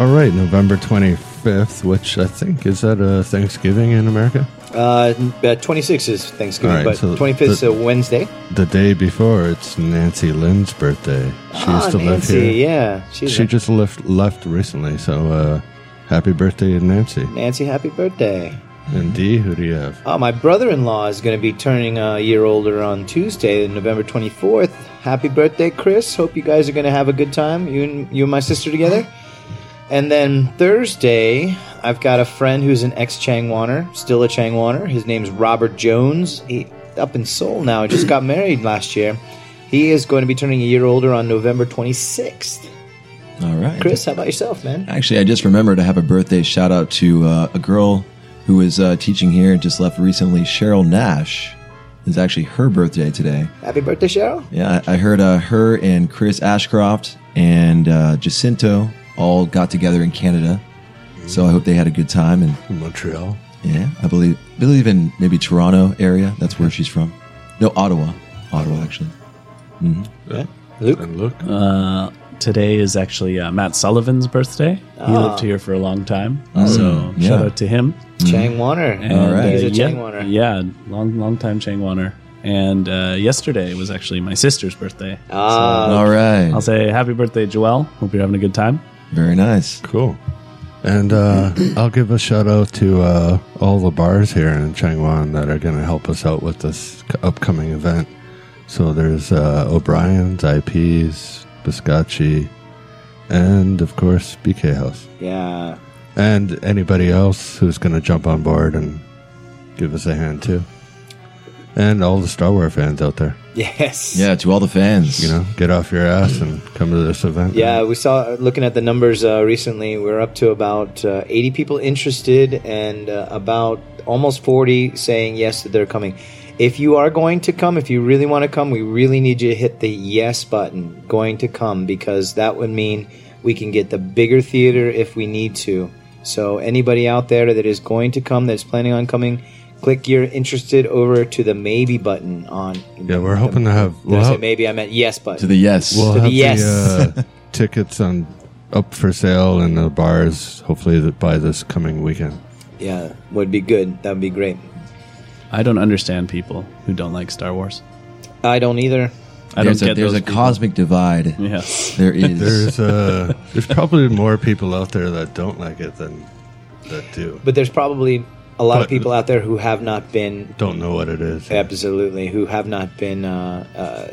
Speaker 2: All right, November 25th, which I think is that a Thanksgiving in America?
Speaker 3: Uh, twenty sixth is Thanksgiving,
Speaker 2: All right,
Speaker 3: but
Speaker 2: so
Speaker 3: twenty fifth is
Speaker 2: the-
Speaker 3: a Wednesday.
Speaker 2: The day before, it's Nancy Lynn's birthday. She
Speaker 3: Ah,
Speaker 2: used to
Speaker 3: Nancy,
Speaker 2: live here.
Speaker 3: Yeah, she's
Speaker 2: She
Speaker 3: a-
Speaker 2: just left left recently, so uh, happy birthday, Nancy.
Speaker 3: Nancy. Happy birthday!
Speaker 2: And Dee, who do you have?
Speaker 3: Oh, my brother-in-law is going to be turning a year older on Tuesday, November twenty fourth. Happy birthday, Chris! Hope you guys are going to have a good time. You and you and my sister together. And then Thursday, I've got a friend who's an ex Changwaner, still a Changwaner. His name's Robert Jones. He up in Seoul now. He just got married last year. He is going to be turning a year older on November twenty sixth.
Speaker 5: all right
Speaker 3: Chris, how about yourself, man?
Speaker 5: Actually, I just remembered to have a birthday shout out to uh, a girl who is uh, teaching here and just left recently, Cheryl Nash. is actually her birthday today.
Speaker 3: Happy birthday, Cheryl.
Speaker 5: Yeah, I I heard uh, her and Chris Ashcroft and uh, Jacinto all got together in Canada. So I hope they had a good time. And
Speaker 2: Montreal.
Speaker 5: yeah, I believe believe in maybe Toronto area. That's where she's from. No, Ottawa. Ottawa, actually.
Speaker 2: Yeah.
Speaker 3: Luke?
Speaker 2: And Luke.
Speaker 4: Today is actually uh, Matt Sullivan's birthday. He lived here for a long time, so
Speaker 5: Ah. Oh. Hmm. yeah.
Speaker 4: shout out to him.
Speaker 3: Chang Warner.
Speaker 4: And,
Speaker 5: right.
Speaker 3: He's a
Speaker 4: uh,
Speaker 3: Chang
Speaker 4: yeah,
Speaker 3: Warner.
Speaker 4: Yeah, long, long time Chang Warner. And uh, yesterday was actually my sister's birthday.
Speaker 3: Ah,
Speaker 5: all right.
Speaker 4: I'll say happy birthday, Joelle. Hope you're having a good time.
Speaker 5: Very nice.
Speaker 2: Cool. And uh, I'll give a shout out to uh, all the bars here in Changwon that are going to help us out with this c- upcoming event. So there's uh, O'Brien's, IP's, Biscacci, and of course BK House.
Speaker 3: yeah.
Speaker 2: And anybody else who's going to jump on board and give us a hand too. And all the Star Wars fans out there,
Speaker 3: Yes.
Speaker 5: Yeah, to all the fans.
Speaker 2: you know, get off your ass and come to this event.
Speaker 3: Yeah, we saw looking at the numbers uh, recently. We're up to about uh, 80 people interested, and uh, about almost 40 saying yes that they're coming. If you are going to come, if you really want to come, we really need you to hit the yes button. Going to come because that would mean we can get the bigger theater if we need to. So anybody out there that is going to come, that's planning on coming, click your interested over to the maybe button on.
Speaker 2: Yeah, we're hoping to have.
Speaker 3: Did I
Speaker 2: we'll
Speaker 3: say
Speaker 2: have-
Speaker 3: maybe I meant yes button.
Speaker 5: To the yes.
Speaker 2: We'll
Speaker 3: To the
Speaker 2: have
Speaker 3: yes.
Speaker 2: the uh, tickets on up for sale in the bars. Hopefully, that by this coming weekend.
Speaker 3: Yeah, would be good. That would be great.
Speaker 4: I don't understand people who don't like Star Wars.
Speaker 3: I don't either.
Speaker 4: I
Speaker 5: there's
Speaker 4: don't
Speaker 5: a,
Speaker 4: get
Speaker 5: there's
Speaker 4: those
Speaker 5: a
Speaker 4: people.
Speaker 5: cosmic divide.
Speaker 4: Yeah.
Speaker 5: There is.
Speaker 2: There's uh, there's probably more people out there that don't like it than that do.
Speaker 3: But there's probably a lot of
Speaker 2: But-
Speaker 3: people out there who have not been
Speaker 2: Don't know what it is.
Speaker 3: absolutely who have not been. Uh,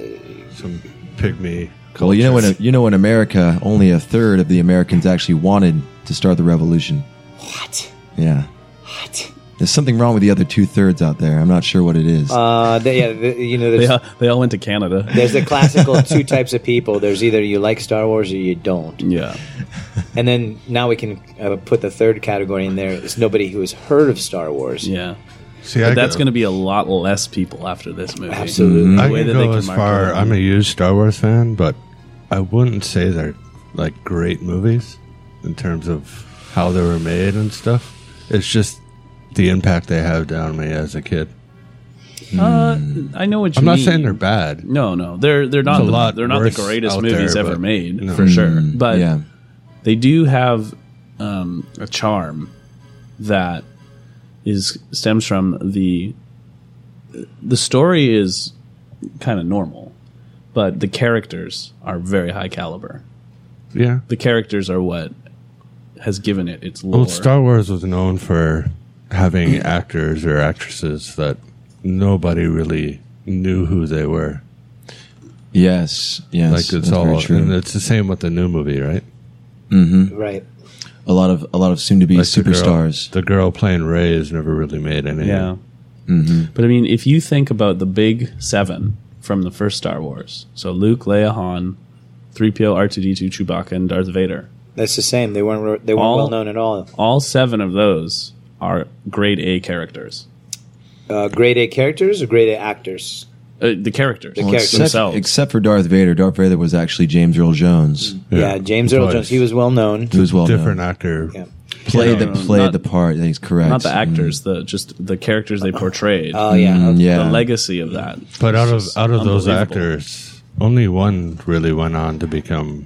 Speaker 2: Some pygmy. Culture.
Speaker 5: well, you know when you know in America, only a third of the Americans actually wanted to start the revolution.
Speaker 3: uh, what?
Speaker 5: Yeah.
Speaker 3: What?
Speaker 5: There's something wrong with the other two thirds out there. I'm not sure what it is.
Speaker 3: Uh, they, yeah, the, you know,
Speaker 4: They
Speaker 3: there's,
Speaker 4: all, they all went to Canada.
Speaker 3: there's the classical two types of people. There's either you like Star Wars or you don't.
Speaker 4: Yeah.
Speaker 3: And then now we can uh, put the third category in there. It's nobody who has heard of Star Wars.
Speaker 4: Yeah.
Speaker 2: See,
Speaker 4: But
Speaker 2: I
Speaker 4: that's
Speaker 2: go-
Speaker 4: going to be a lot less people after this movie.
Speaker 3: Absolutely.
Speaker 2: I
Speaker 4: way
Speaker 2: can
Speaker 4: that
Speaker 2: go
Speaker 4: they can
Speaker 2: as
Speaker 4: market
Speaker 2: far.
Speaker 4: it.
Speaker 2: I'm a huge Star Wars fan, but I wouldn't say they're like great movies in terms of how they were made and stuff. It's just the impact they have on me as a kid.
Speaker 4: Uh, I know what you
Speaker 2: I'm not
Speaker 4: mean.
Speaker 2: saying they're bad.
Speaker 4: No, no, they're they're not
Speaker 2: There's a
Speaker 4: the,
Speaker 2: lot
Speaker 4: they're not the
Speaker 2: worse
Speaker 4: greatest
Speaker 2: out
Speaker 4: movies
Speaker 2: there,
Speaker 4: ever
Speaker 2: but
Speaker 4: made
Speaker 2: no. Mm-hmm.
Speaker 4: for sure. But
Speaker 5: yeah.
Speaker 4: they do have um, a charm that is stems from the the story is kind of normal, but the characters are very high caliber.
Speaker 2: Yeah.
Speaker 4: The characters are what has given it its lore.
Speaker 2: Well, Star Wars was known for having actors or actresses that nobody really knew who they were.
Speaker 5: Yes. Yes.
Speaker 2: Like it's
Speaker 5: that's very
Speaker 2: all,
Speaker 5: true.
Speaker 2: and it's the same with the new movie, right?
Speaker 3: Right.
Speaker 5: a lot of a lot of soon to be
Speaker 2: Like the girl-
Speaker 5: superstars.
Speaker 2: The girl playing Ray has never really made any.
Speaker 4: Yeah.
Speaker 3: Mm-hmm.
Speaker 4: But I mean, if you think about the big seven from the first Star Wars, so Luke, Leia, Han, 3PO, R2D2, Chewbacca, and Darth Vader,
Speaker 3: That's the same. They weren't. re- They weren't
Speaker 4: All-
Speaker 3: well known at all.
Speaker 4: all seven of those are grade A characters.
Speaker 3: Uh, grade A characters or grade A actors?
Speaker 4: Uh, the characters.
Speaker 3: The characters.
Speaker 5: except,
Speaker 4: themselves.
Speaker 5: except for Darth Vader. Darth Vader was actually James Earl Jones,
Speaker 3: Yeah, James Earl
Speaker 2: Twice.
Speaker 3: Jones. He was well known.
Speaker 5: who was well
Speaker 2: Different
Speaker 5: known.
Speaker 2: actor.
Speaker 3: Yeah.
Speaker 4: Yeah,
Speaker 5: Played the
Speaker 4: no, no,
Speaker 5: played
Speaker 4: not-
Speaker 5: the part. He's correct.
Speaker 4: Not the actors, the just the characters they portrayed.
Speaker 3: Oh yeah.
Speaker 5: Mm,
Speaker 3: okay.
Speaker 5: yeah.
Speaker 4: The legacy of that.
Speaker 2: But out of
Speaker 4: It's
Speaker 2: out of those
Speaker 4: unbelievable.
Speaker 2: actors, only one really went on to become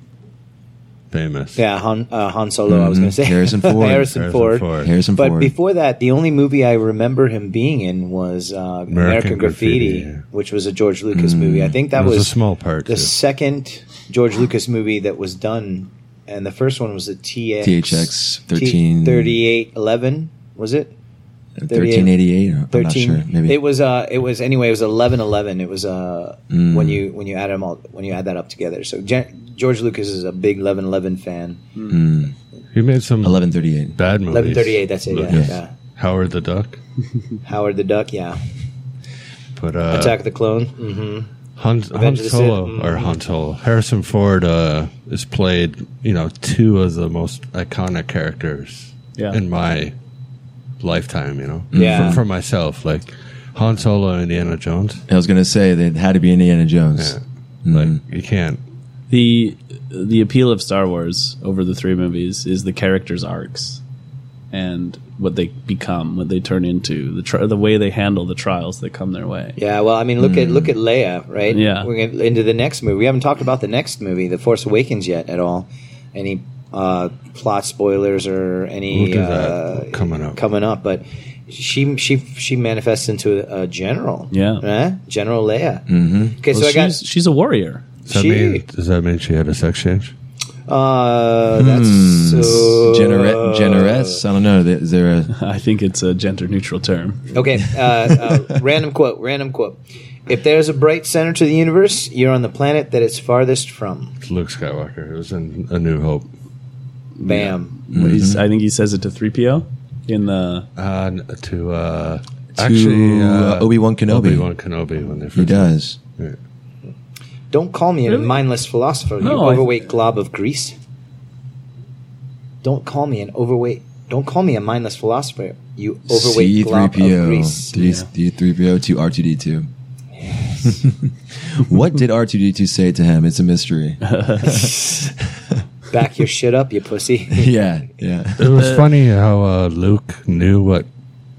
Speaker 2: famous.
Speaker 3: Yeah, Han, uh, Han Solo. I was
Speaker 5: Mhm.
Speaker 3: going to say
Speaker 5: Harrison Ford.
Speaker 3: Harrison,
Speaker 2: Harrison
Speaker 3: Ford.
Speaker 2: Ford.
Speaker 5: Harrison
Speaker 3: But
Speaker 5: Ford.
Speaker 3: before that, the only movie I remember him being in was uh, American, Graffiti,
Speaker 2: Graffiti, yeah.
Speaker 3: which was a George Lucas movie. I think that
Speaker 2: It was,
Speaker 3: was,
Speaker 2: a small part.
Speaker 3: the
Speaker 2: too.
Speaker 3: second George Lucas movie that was done, and the first one was the TX
Speaker 5: THX 13.
Speaker 3: thirty-eight eleven. Was it
Speaker 5: 1388. Or, I'm not
Speaker 3: 13
Speaker 5: sure. Maybe
Speaker 3: it was uh it was anyway it was 11 11 it was uh when you when you add them all when you add that up together so Gen- george lucas is a big 11 11 fan
Speaker 2: he made some
Speaker 5: 1138.
Speaker 2: bad movies.
Speaker 3: 1138 that's it yeah,
Speaker 2: Lucas.
Speaker 3: yeah.
Speaker 2: Howard the Duck.
Speaker 3: howard the duck yeah
Speaker 2: But uh,
Speaker 3: attack of the clone hmm
Speaker 2: Han, Han
Speaker 3: Revenge of the
Speaker 2: Solo
Speaker 3: Sith.
Speaker 2: or Han Solo. Harrison Ford uh, has played, you know, two of the most iconic characters
Speaker 4: Yeah.
Speaker 2: in my lifetime. You know,
Speaker 3: Yeah.
Speaker 2: for, for myself, like Han Solo, Indiana Jones.
Speaker 5: I was gonna say that it had to be Indiana Jones.
Speaker 2: Yeah.
Speaker 3: Mm-hmm.
Speaker 2: Like you can't.
Speaker 4: the the appeal of Star Wars over the three movies is the characters' arcs and what they become, what they turn into, the tri- the way they handle the trials that come their way.
Speaker 3: Yeah, well, I mean, look at look at Leia, right?
Speaker 4: Yeah.
Speaker 3: we're gonna, into the next movie. We haven't talked about the next movie, The Force Awakens, yet at all. Any uh, plot spoilers or any
Speaker 2: We'll do
Speaker 3: uh,
Speaker 2: that coming up.
Speaker 3: coming up? But she she she manifests into a, a general.
Speaker 4: Yeah.
Speaker 3: eh? General Leia. Mm-hmm. Okay,
Speaker 4: Well,
Speaker 3: so I got
Speaker 4: she's she's a warrior.
Speaker 2: Does that
Speaker 3: She-
Speaker 2: mean? Does that mean she had a sex change?
Speaker 3: uh, that's so Uh,
Speaker 5: Genere- generous. I don't know. Is there a
Speaker 4: I think it's a gender neutral term.
Speaker 3: Okay, uh, uh, random quote. Random quote. If there's a bright center to the universe, you're on the planet that it's farthest from.
Speaker 2: It's Luke Skywalker. It was in A New Hope.
Speaker 3: Bam.
Speaker 4: He's, I think he says it to three PO in the
Speaker 2: Uh, n- to uh,
Speaker 5: actually
Speaker 2: actually uh,
Speaker 5: Obi Wan Kenobi?
Speaker 2: Obi Wan Kenobi when they first
Speaker 5: He does.
Speaker 3: Don't call me
Speaker 4: Really?
Speaker 3: a mindless philosopher, you
Speaker 4: No, I-
Speaker 3: overweight glob of grease. Don't call me an overweight. Don't call me a mindless philosopher, you overweight glob of grease.
Speaker 5: D three PO to R two D two. What did R two D two say to him? It's a mystery.
Speaker 3: Back your shit up, you pussy.
Speaker 5: yeah, yeah.
Speaker 2: It was funny how uh, Luke knew what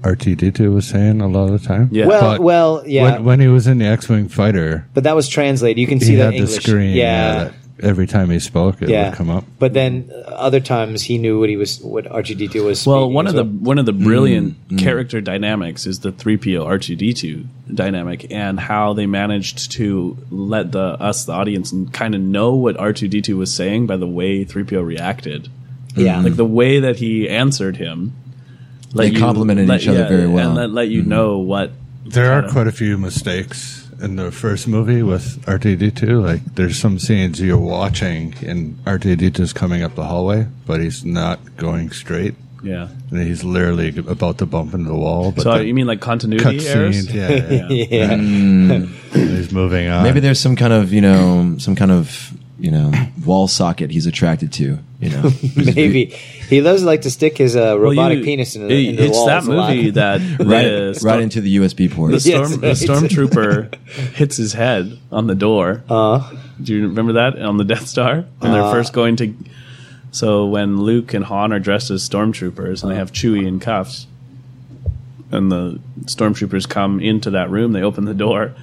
Speaker 2: R2D2 was saying a lot of the time.
Speaker 4: Yeah.
Speaker 3: well,
Speaker 2: But
Speaker 3: well, yeah.
Speaker 2: When, when he was in the X Wing fighter,
Speaker 3: but that was translated. You can
Speaker 2: he
Speaker 3: see
Speaker 2: had
Speaker 3: that
Speaker 2: the
Speaker 3: English.
Speaker 2: screen.
Speaker 3: yeah.
Speaker 2: that every time he spoke, it
Speaker 3: yeah.
Speaker 2: would come up.
Speaker 3: But then uh, other times he knew what he was, what R2D2 was.
Speaker 4: Well,
Speaker 3: speaking
Speaker 4: one
Speaker 3: as
Speaker 4: of the one of the brilliant
Speaker 5: Mm,
Speaker 4: character dynamics is the three PO R two D two dynamic, and how they managed to let the us the audience kind of know what R two D two was saying by the way three PO
Speaker 5: Mm.
Speaker 4: reacted,
Speaker 3: yeah.
Speaker 4: like the way that he answered him.
Speaker 5: They complimented each other very well. Mm-hmm.
Speaker 4: and let, let you know what.
Speaker 2: There are quite a few mistakes in the first movie with R2D2. Like, there's some scenes you're watching, and R2D2's coming up the hallway, but he's not going straight.
Speaker 4: Yeah.
Speaker 2: And he's literally about to bump into the wall. But
Speaker 4: So
Speaker 2: the
Speaker 4: you mean like continuity errors?
Speaker 2: cutscene, yeah, yeah.
Speaker 3: yeah.
Speaker 4: Mm,
Speaker 2: he's moving on.
Speaker 5: Maybe there's some kind of you know some kind of you know wall socket he's attracted to. You know,
Speaker 3: Maybe he does like to stick his uh,
Speaker 4: Well, you-
Speaker 3: robotic penis into the,
Speaker 4: it-
Speaker 3: into the
Speaker 4: it's
Speaker 3: walls
Speaker 4: that
Speaker 3: a lot.
Speaker 4: movie that
Speaker 5: right,
Speaker 4: the
Speaker 5: right
Speaker 4: Star-
Speaker 5: into the USB port.
Speaker 4: The,
Speaker 3: Yes,
Speaker 4: storm, the
Speaker 3: right. Uh-huh.
Speaker 4: stormtrooper hits his head on the door. Do you remember that on the Death Star when they're first going to? So when Luke and Han are dressed as stormtroopers and they have Chewie in cuffs, and the stormtroopers come into that room, they open the door,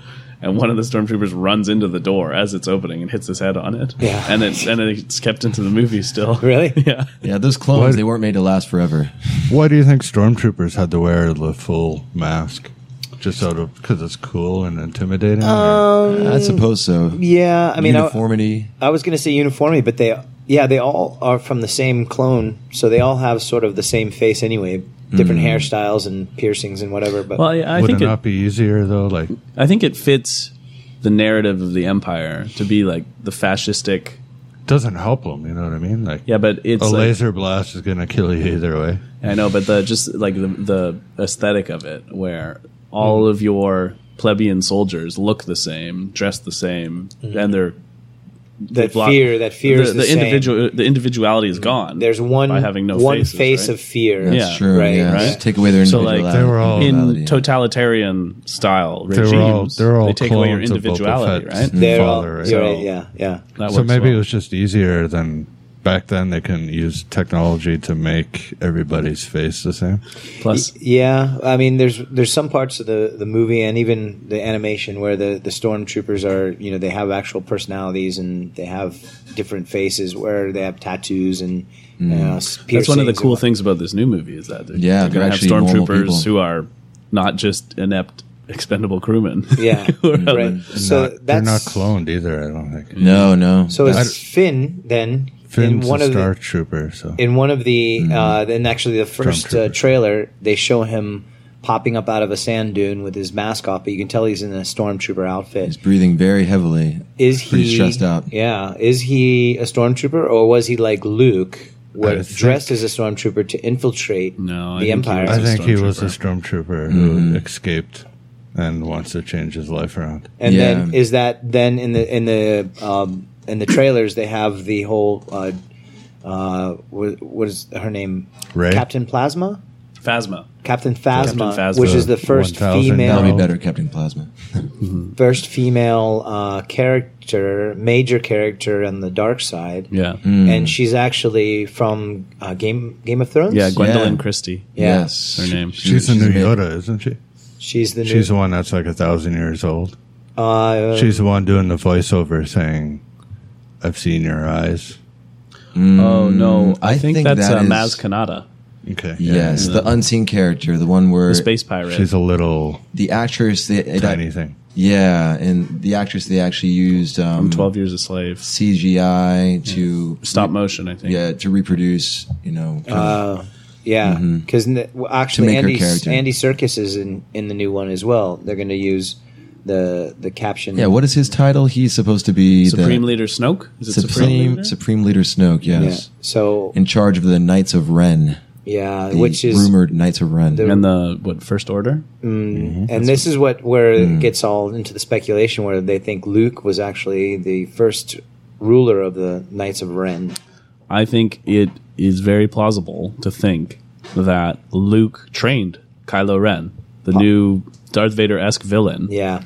Speaker 4: and one of the stormtroopers runs into the door as it's opening and hits his head on it.
Speaker 3: Yeah.
Speaker 4: and it's and it's kept into the movie still.
Speaker 3: Really?
Speaker 4: Yeah.
Speaker 5: yeah, those clones
Speaker 2: What-
Speaker 5: they weren't made to last forever.
Speaker 2: Why do you think stormtroopers had to wear the full mask? Just out of because it's cool and intimidating.
Speaker 4: Uh,
Speaker 2: or-
Speaker 5: I suppose so.
Speaker 3: Yeah, I mean, I,
Speaker 5: Uniformity.
Speaker 3: I was going to say uniformity, but they, yeah, they all are from the same clone, so they all have sort of the same face anyway, different hairstyles and piercings and whatever. But
Speaker 4: Mm. Well, I, I
Speaker 2: Would
Speaker 4: think
Speaker 2: it
Speaker 4: it,
Speaker 2: not be easier though? Like
Speaker 4: I think it fits the narrative of the Empire to be like the fascistic.
Speaker 2: doesn't help them. You know what I mean? Like
Speaker 4: Yeah, but it's
Speaker 2: a
Speaker 4: like-
Speaker 2: laser blast is gonna kill you either way.
Speaker 4: I know, but the just like the, the aesthetic of it, where all of your plebeian soldiers look the same, dress the same, and they're
Speaker 3: Mm-hmm. that
Speaker 4: block-
Speaker 3: fear, that fear
Speaker 4: the,
Speaker 3: is the,
Speaker 4: the
Speaker 3: same. Mm-hmm.
Speaker 4: individual the individuality is gone.
Speaker 3: There's one
Speaker 4: by having no
Speaker 3: one
Speaker 4: faces,
Speaker 3: face
Speaker 4: right?
Speaker 3: of fear.
Speaker 4: That's
Speaker 5: That's true.
Speaker 3: right,
Speaker 5: yeah.
Speaker 3: right.
Speaker 5: Just take away their
Speaker 4: So,
Speaker 5: individual.
Speaker 4: like,
Speaker 2: they were all-
Speaker 4: in totalitarian style
Speaker 2: They
Speaker 4: regimes.
Speaker 2: were all they're all
Speaker 4: they take away your
Speaker 2: clones of Boba
Speaker 4: individuality,
Speaker 2: Fett's
Speaker 4: Mm. right?
Speaker 3: They're all,
Speaker 2: father, right?
Speaker 3: you're
Speaker 4: So-
Speaker 3: right, yeah, yeah.
Speaker 4: That
Speaker 2: so
Speaker 4: works
Speaker 2: maybe
Speaker 4: well.
Speaker 2: it was just easier than back then. They couldn't use technology to make everybody's face the same.
Speaker 4: plus
Speaker 3: Yeah, I mean, there's there's some parts of the, the movie and even the animation where the, the stormtroopers are, you know, they have actual personalities and they have different faces where they have tattoos and you
Speaker 2: Mm.
Speaker 3: know, s-
Speaker 4: That's one of the
Speaker 3: piercings
Speaker 4: cool
Speaker 3: and-
Speaker 4: things about this new movie is that they're,
Speaker 5: Yeah,
Speaker 4: they're going
Speaker 5: they're
Speaker 4: to have
Speaker 5: actually normal people.
Speaker 4: stormtroopers who are not just inept, expendable crewmen.
Speaker 3: Yeah, right. So
Speaker 2: Not- they're
Speaker 3: that's
Speaker 2: not cloned either. I don't think.
Speaker 5: no, no.
Speaker 3: So
Speaker 2: I
Speaker 3: it's
Speaker 2: don't-
Speaker 3: Finn then
Speaker 2: Finn's
Speaker 3: in one
Speaker 2: a
Speaker 3: of
Speaker 2: Star
Speaker 3: the,
Speaker 2: Trooper, so
Speaker 3: in one of the uh, then actually the first uh,
Speaker 2: Stormtrooper.
Speaker 3: trailer they show him popping up out of a sand dune with his mask off, but you can tell he's in a stormtrooper outfit.
Speaker 5: He's breathing very heavily.
Speaker 3: is he
Speaker 5: pretty stressed out.
Speaker 3: Yeah, is he a stormtrooper or was he like Luke,
Speaker 2: I
Speaker 3: where
Speaker 2: think-
Speaker 3: dressed as a stormtrooper to infiltrate
Speaker 4: No, I think
Speaker 3: the
Speaker 4: he
Speaker 3: Empire?
Speaker 4: was
Speaker 2: I
Speaker 4: a Mm-hmm.
Speaker 2: think he was a stormtrooper who escaped and wants to change his life around.
Speaker 3: and
Speaker 5: Yeah.
Speaker 3: then is that then in the in the um, in the trailers they have the whole uh, uh, what, what is her name?
Speaker 2: Rey?
Speaker 3: Captain Plasma.
Speaker 4: Phasma.
Speaker 3: Captain Phasma,
Speaker 4: Captain Phasma.
Speaker 3: which is the first
Speaker 2: 1000.
Speaker 5: That'll be
Speaker 2: No.
Speaker 3: female,
Speaker 5: better, Captain Plasma.
Speaker 3: first female uh, character, major character on the dark side,
Speaker 4: Yeah.
Speaker 3: and she's actually from uh, Game Game of Thrones.
Speaker 4: Yeah, Gwendolyn
Speaker 5: Yeah.
Speaker 4: Christie.
Speaker 3: Yeah.
Speaker 5: Yes.
Speaker 4: Her name.
Speaker 5: She-
Speaker 2: She's the new
Speaker 5: amazing.
Speaker 2: Yoda, isn't she?
Speaker 3: she's the
Speaker 2: She's the
Speaker 3: new.
Speaker 2: one that's like a thousand years old.
Speaker 3: uh,
Speaker 2: She's the one doing the voiceover saying, I've seen your eyes.
Speaker 4: Oh no, I,
Speaker 5: I
Speaker 4: think,
Speaker 5: think
Speaker 4: that's
Speaker 5: that
Speaker 4: uh,
Speaker 5: is-
Speaker 4: Maz Kanata,
Speaker 2: Okay.
Speaker 5: Yes, the unseen character, the one where
Speaker 4: the space pirate.
Speaker 2: She's a little
Speaker 5: the actress, they, it-
Speaker 2: tiny thing.
Speaker 5: yeah, and the actress they actually used um,
Speaker 4: from Twelve Years a Slave,
Speaker 5: CGI to
Speaker 4: stop motion. I think.
Speaker 5: yeah to reproduce, you know, kind
Speaker 3: Uh,
Speaker 5: of-
Speaker 3: yeah, because
Speaker 5: Mm-hmm. make
Speaker 3: actually
Speaker 5: her
Speaker 3: Andy
Speaker 5: character.
Speaker 3: Andy Circus is in, in the new one as well. They're going to use the the caption.
Speaker 5: yeah. What is his title? He's supposed to be
Speaker 4: Supreme
Speaker 5: the
Speaker 4: Leader Snoke. Is it
Speaker 5: supreme
Speaker 4: Supreme?
Speaker 5: supreme leader?
Speaker 4: Leader?
Speaker 5: Snoke.
Speaker 3: Yeah.
Speaker 5: Yes,
Speaker 3: So
Speaker 5: in charge of the Knights of Ren,
Speaker 3: yeah,
Speaker 5: the
Speaker 3: which is
Speaker 5: rumored Knights of Ren.
Speaker 3: the-
Speaker 4: and the what First Order?
Speaker 3: and this is what where
Speaker 5: Mm.
Speaker 3: it gets all into the speculation where they think Luke was actually the first ruler of the Knights of Ren.
Speaker 4: I think it is very plausible to think that Luke trained Kylo Ren, the new Darth Vader esque villain.
Speaker 3: Yeah.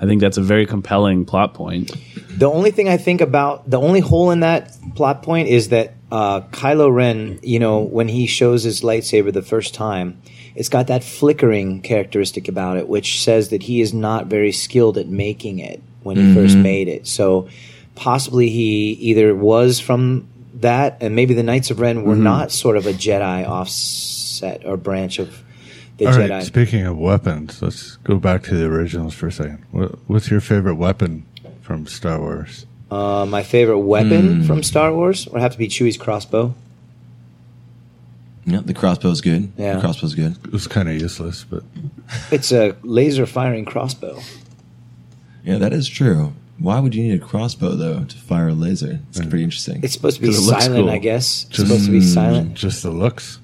Speaker 4: I think that's a very compelling plot point.
Speaker 3: The only thing I think about, the only hole in that plot point is that uh, Kylo Ren, you know, when he shows his lightsaber the first time, it's got that flickering characteristic about it, which says that he is not very skilled at making it when he first
Speaker 2: Mm-hmm.
Speaker 3: made it. So possibly he either was from that, and maybe the Knights of Ren were
Speaker 2: Mm-hmm.
Speaker 3: not sort of a Jedi offset or branch of the
Speaker 2: All
Speaker 3: Jedi.
Speaker 2: right, speaking of weapons, let's go back to the originals for a second. What, what's your favorite weapon from Star Wars?
Speaker 3: Uh, my favorite
Speaker 2: Hmm.
Speaker 3: weapon from Star Wars would have to be Chewie's crossbow.
Speaker 5: Yeah, the crossbow's good.
Speaker 3: Yeah.
Speaker 5: The crossbow's good.
Speaker 2: It was kind of useless, but
Speaker 3: It's a laser firing crossbow.
Speaker 5: Yeah, that is true. Why would you need a crossbow though to fire a laser? It's pretty interesting.
Speaker 3: It's supposed to be
Speaker 4: 'Cause it looks
Speaker 3: silent,
Speaker 4: cool.
Speaker 3: I guess. It's
Speaker 2: Just-
Speaker 3: supposed to be silent.
Speaker 2: just the looks.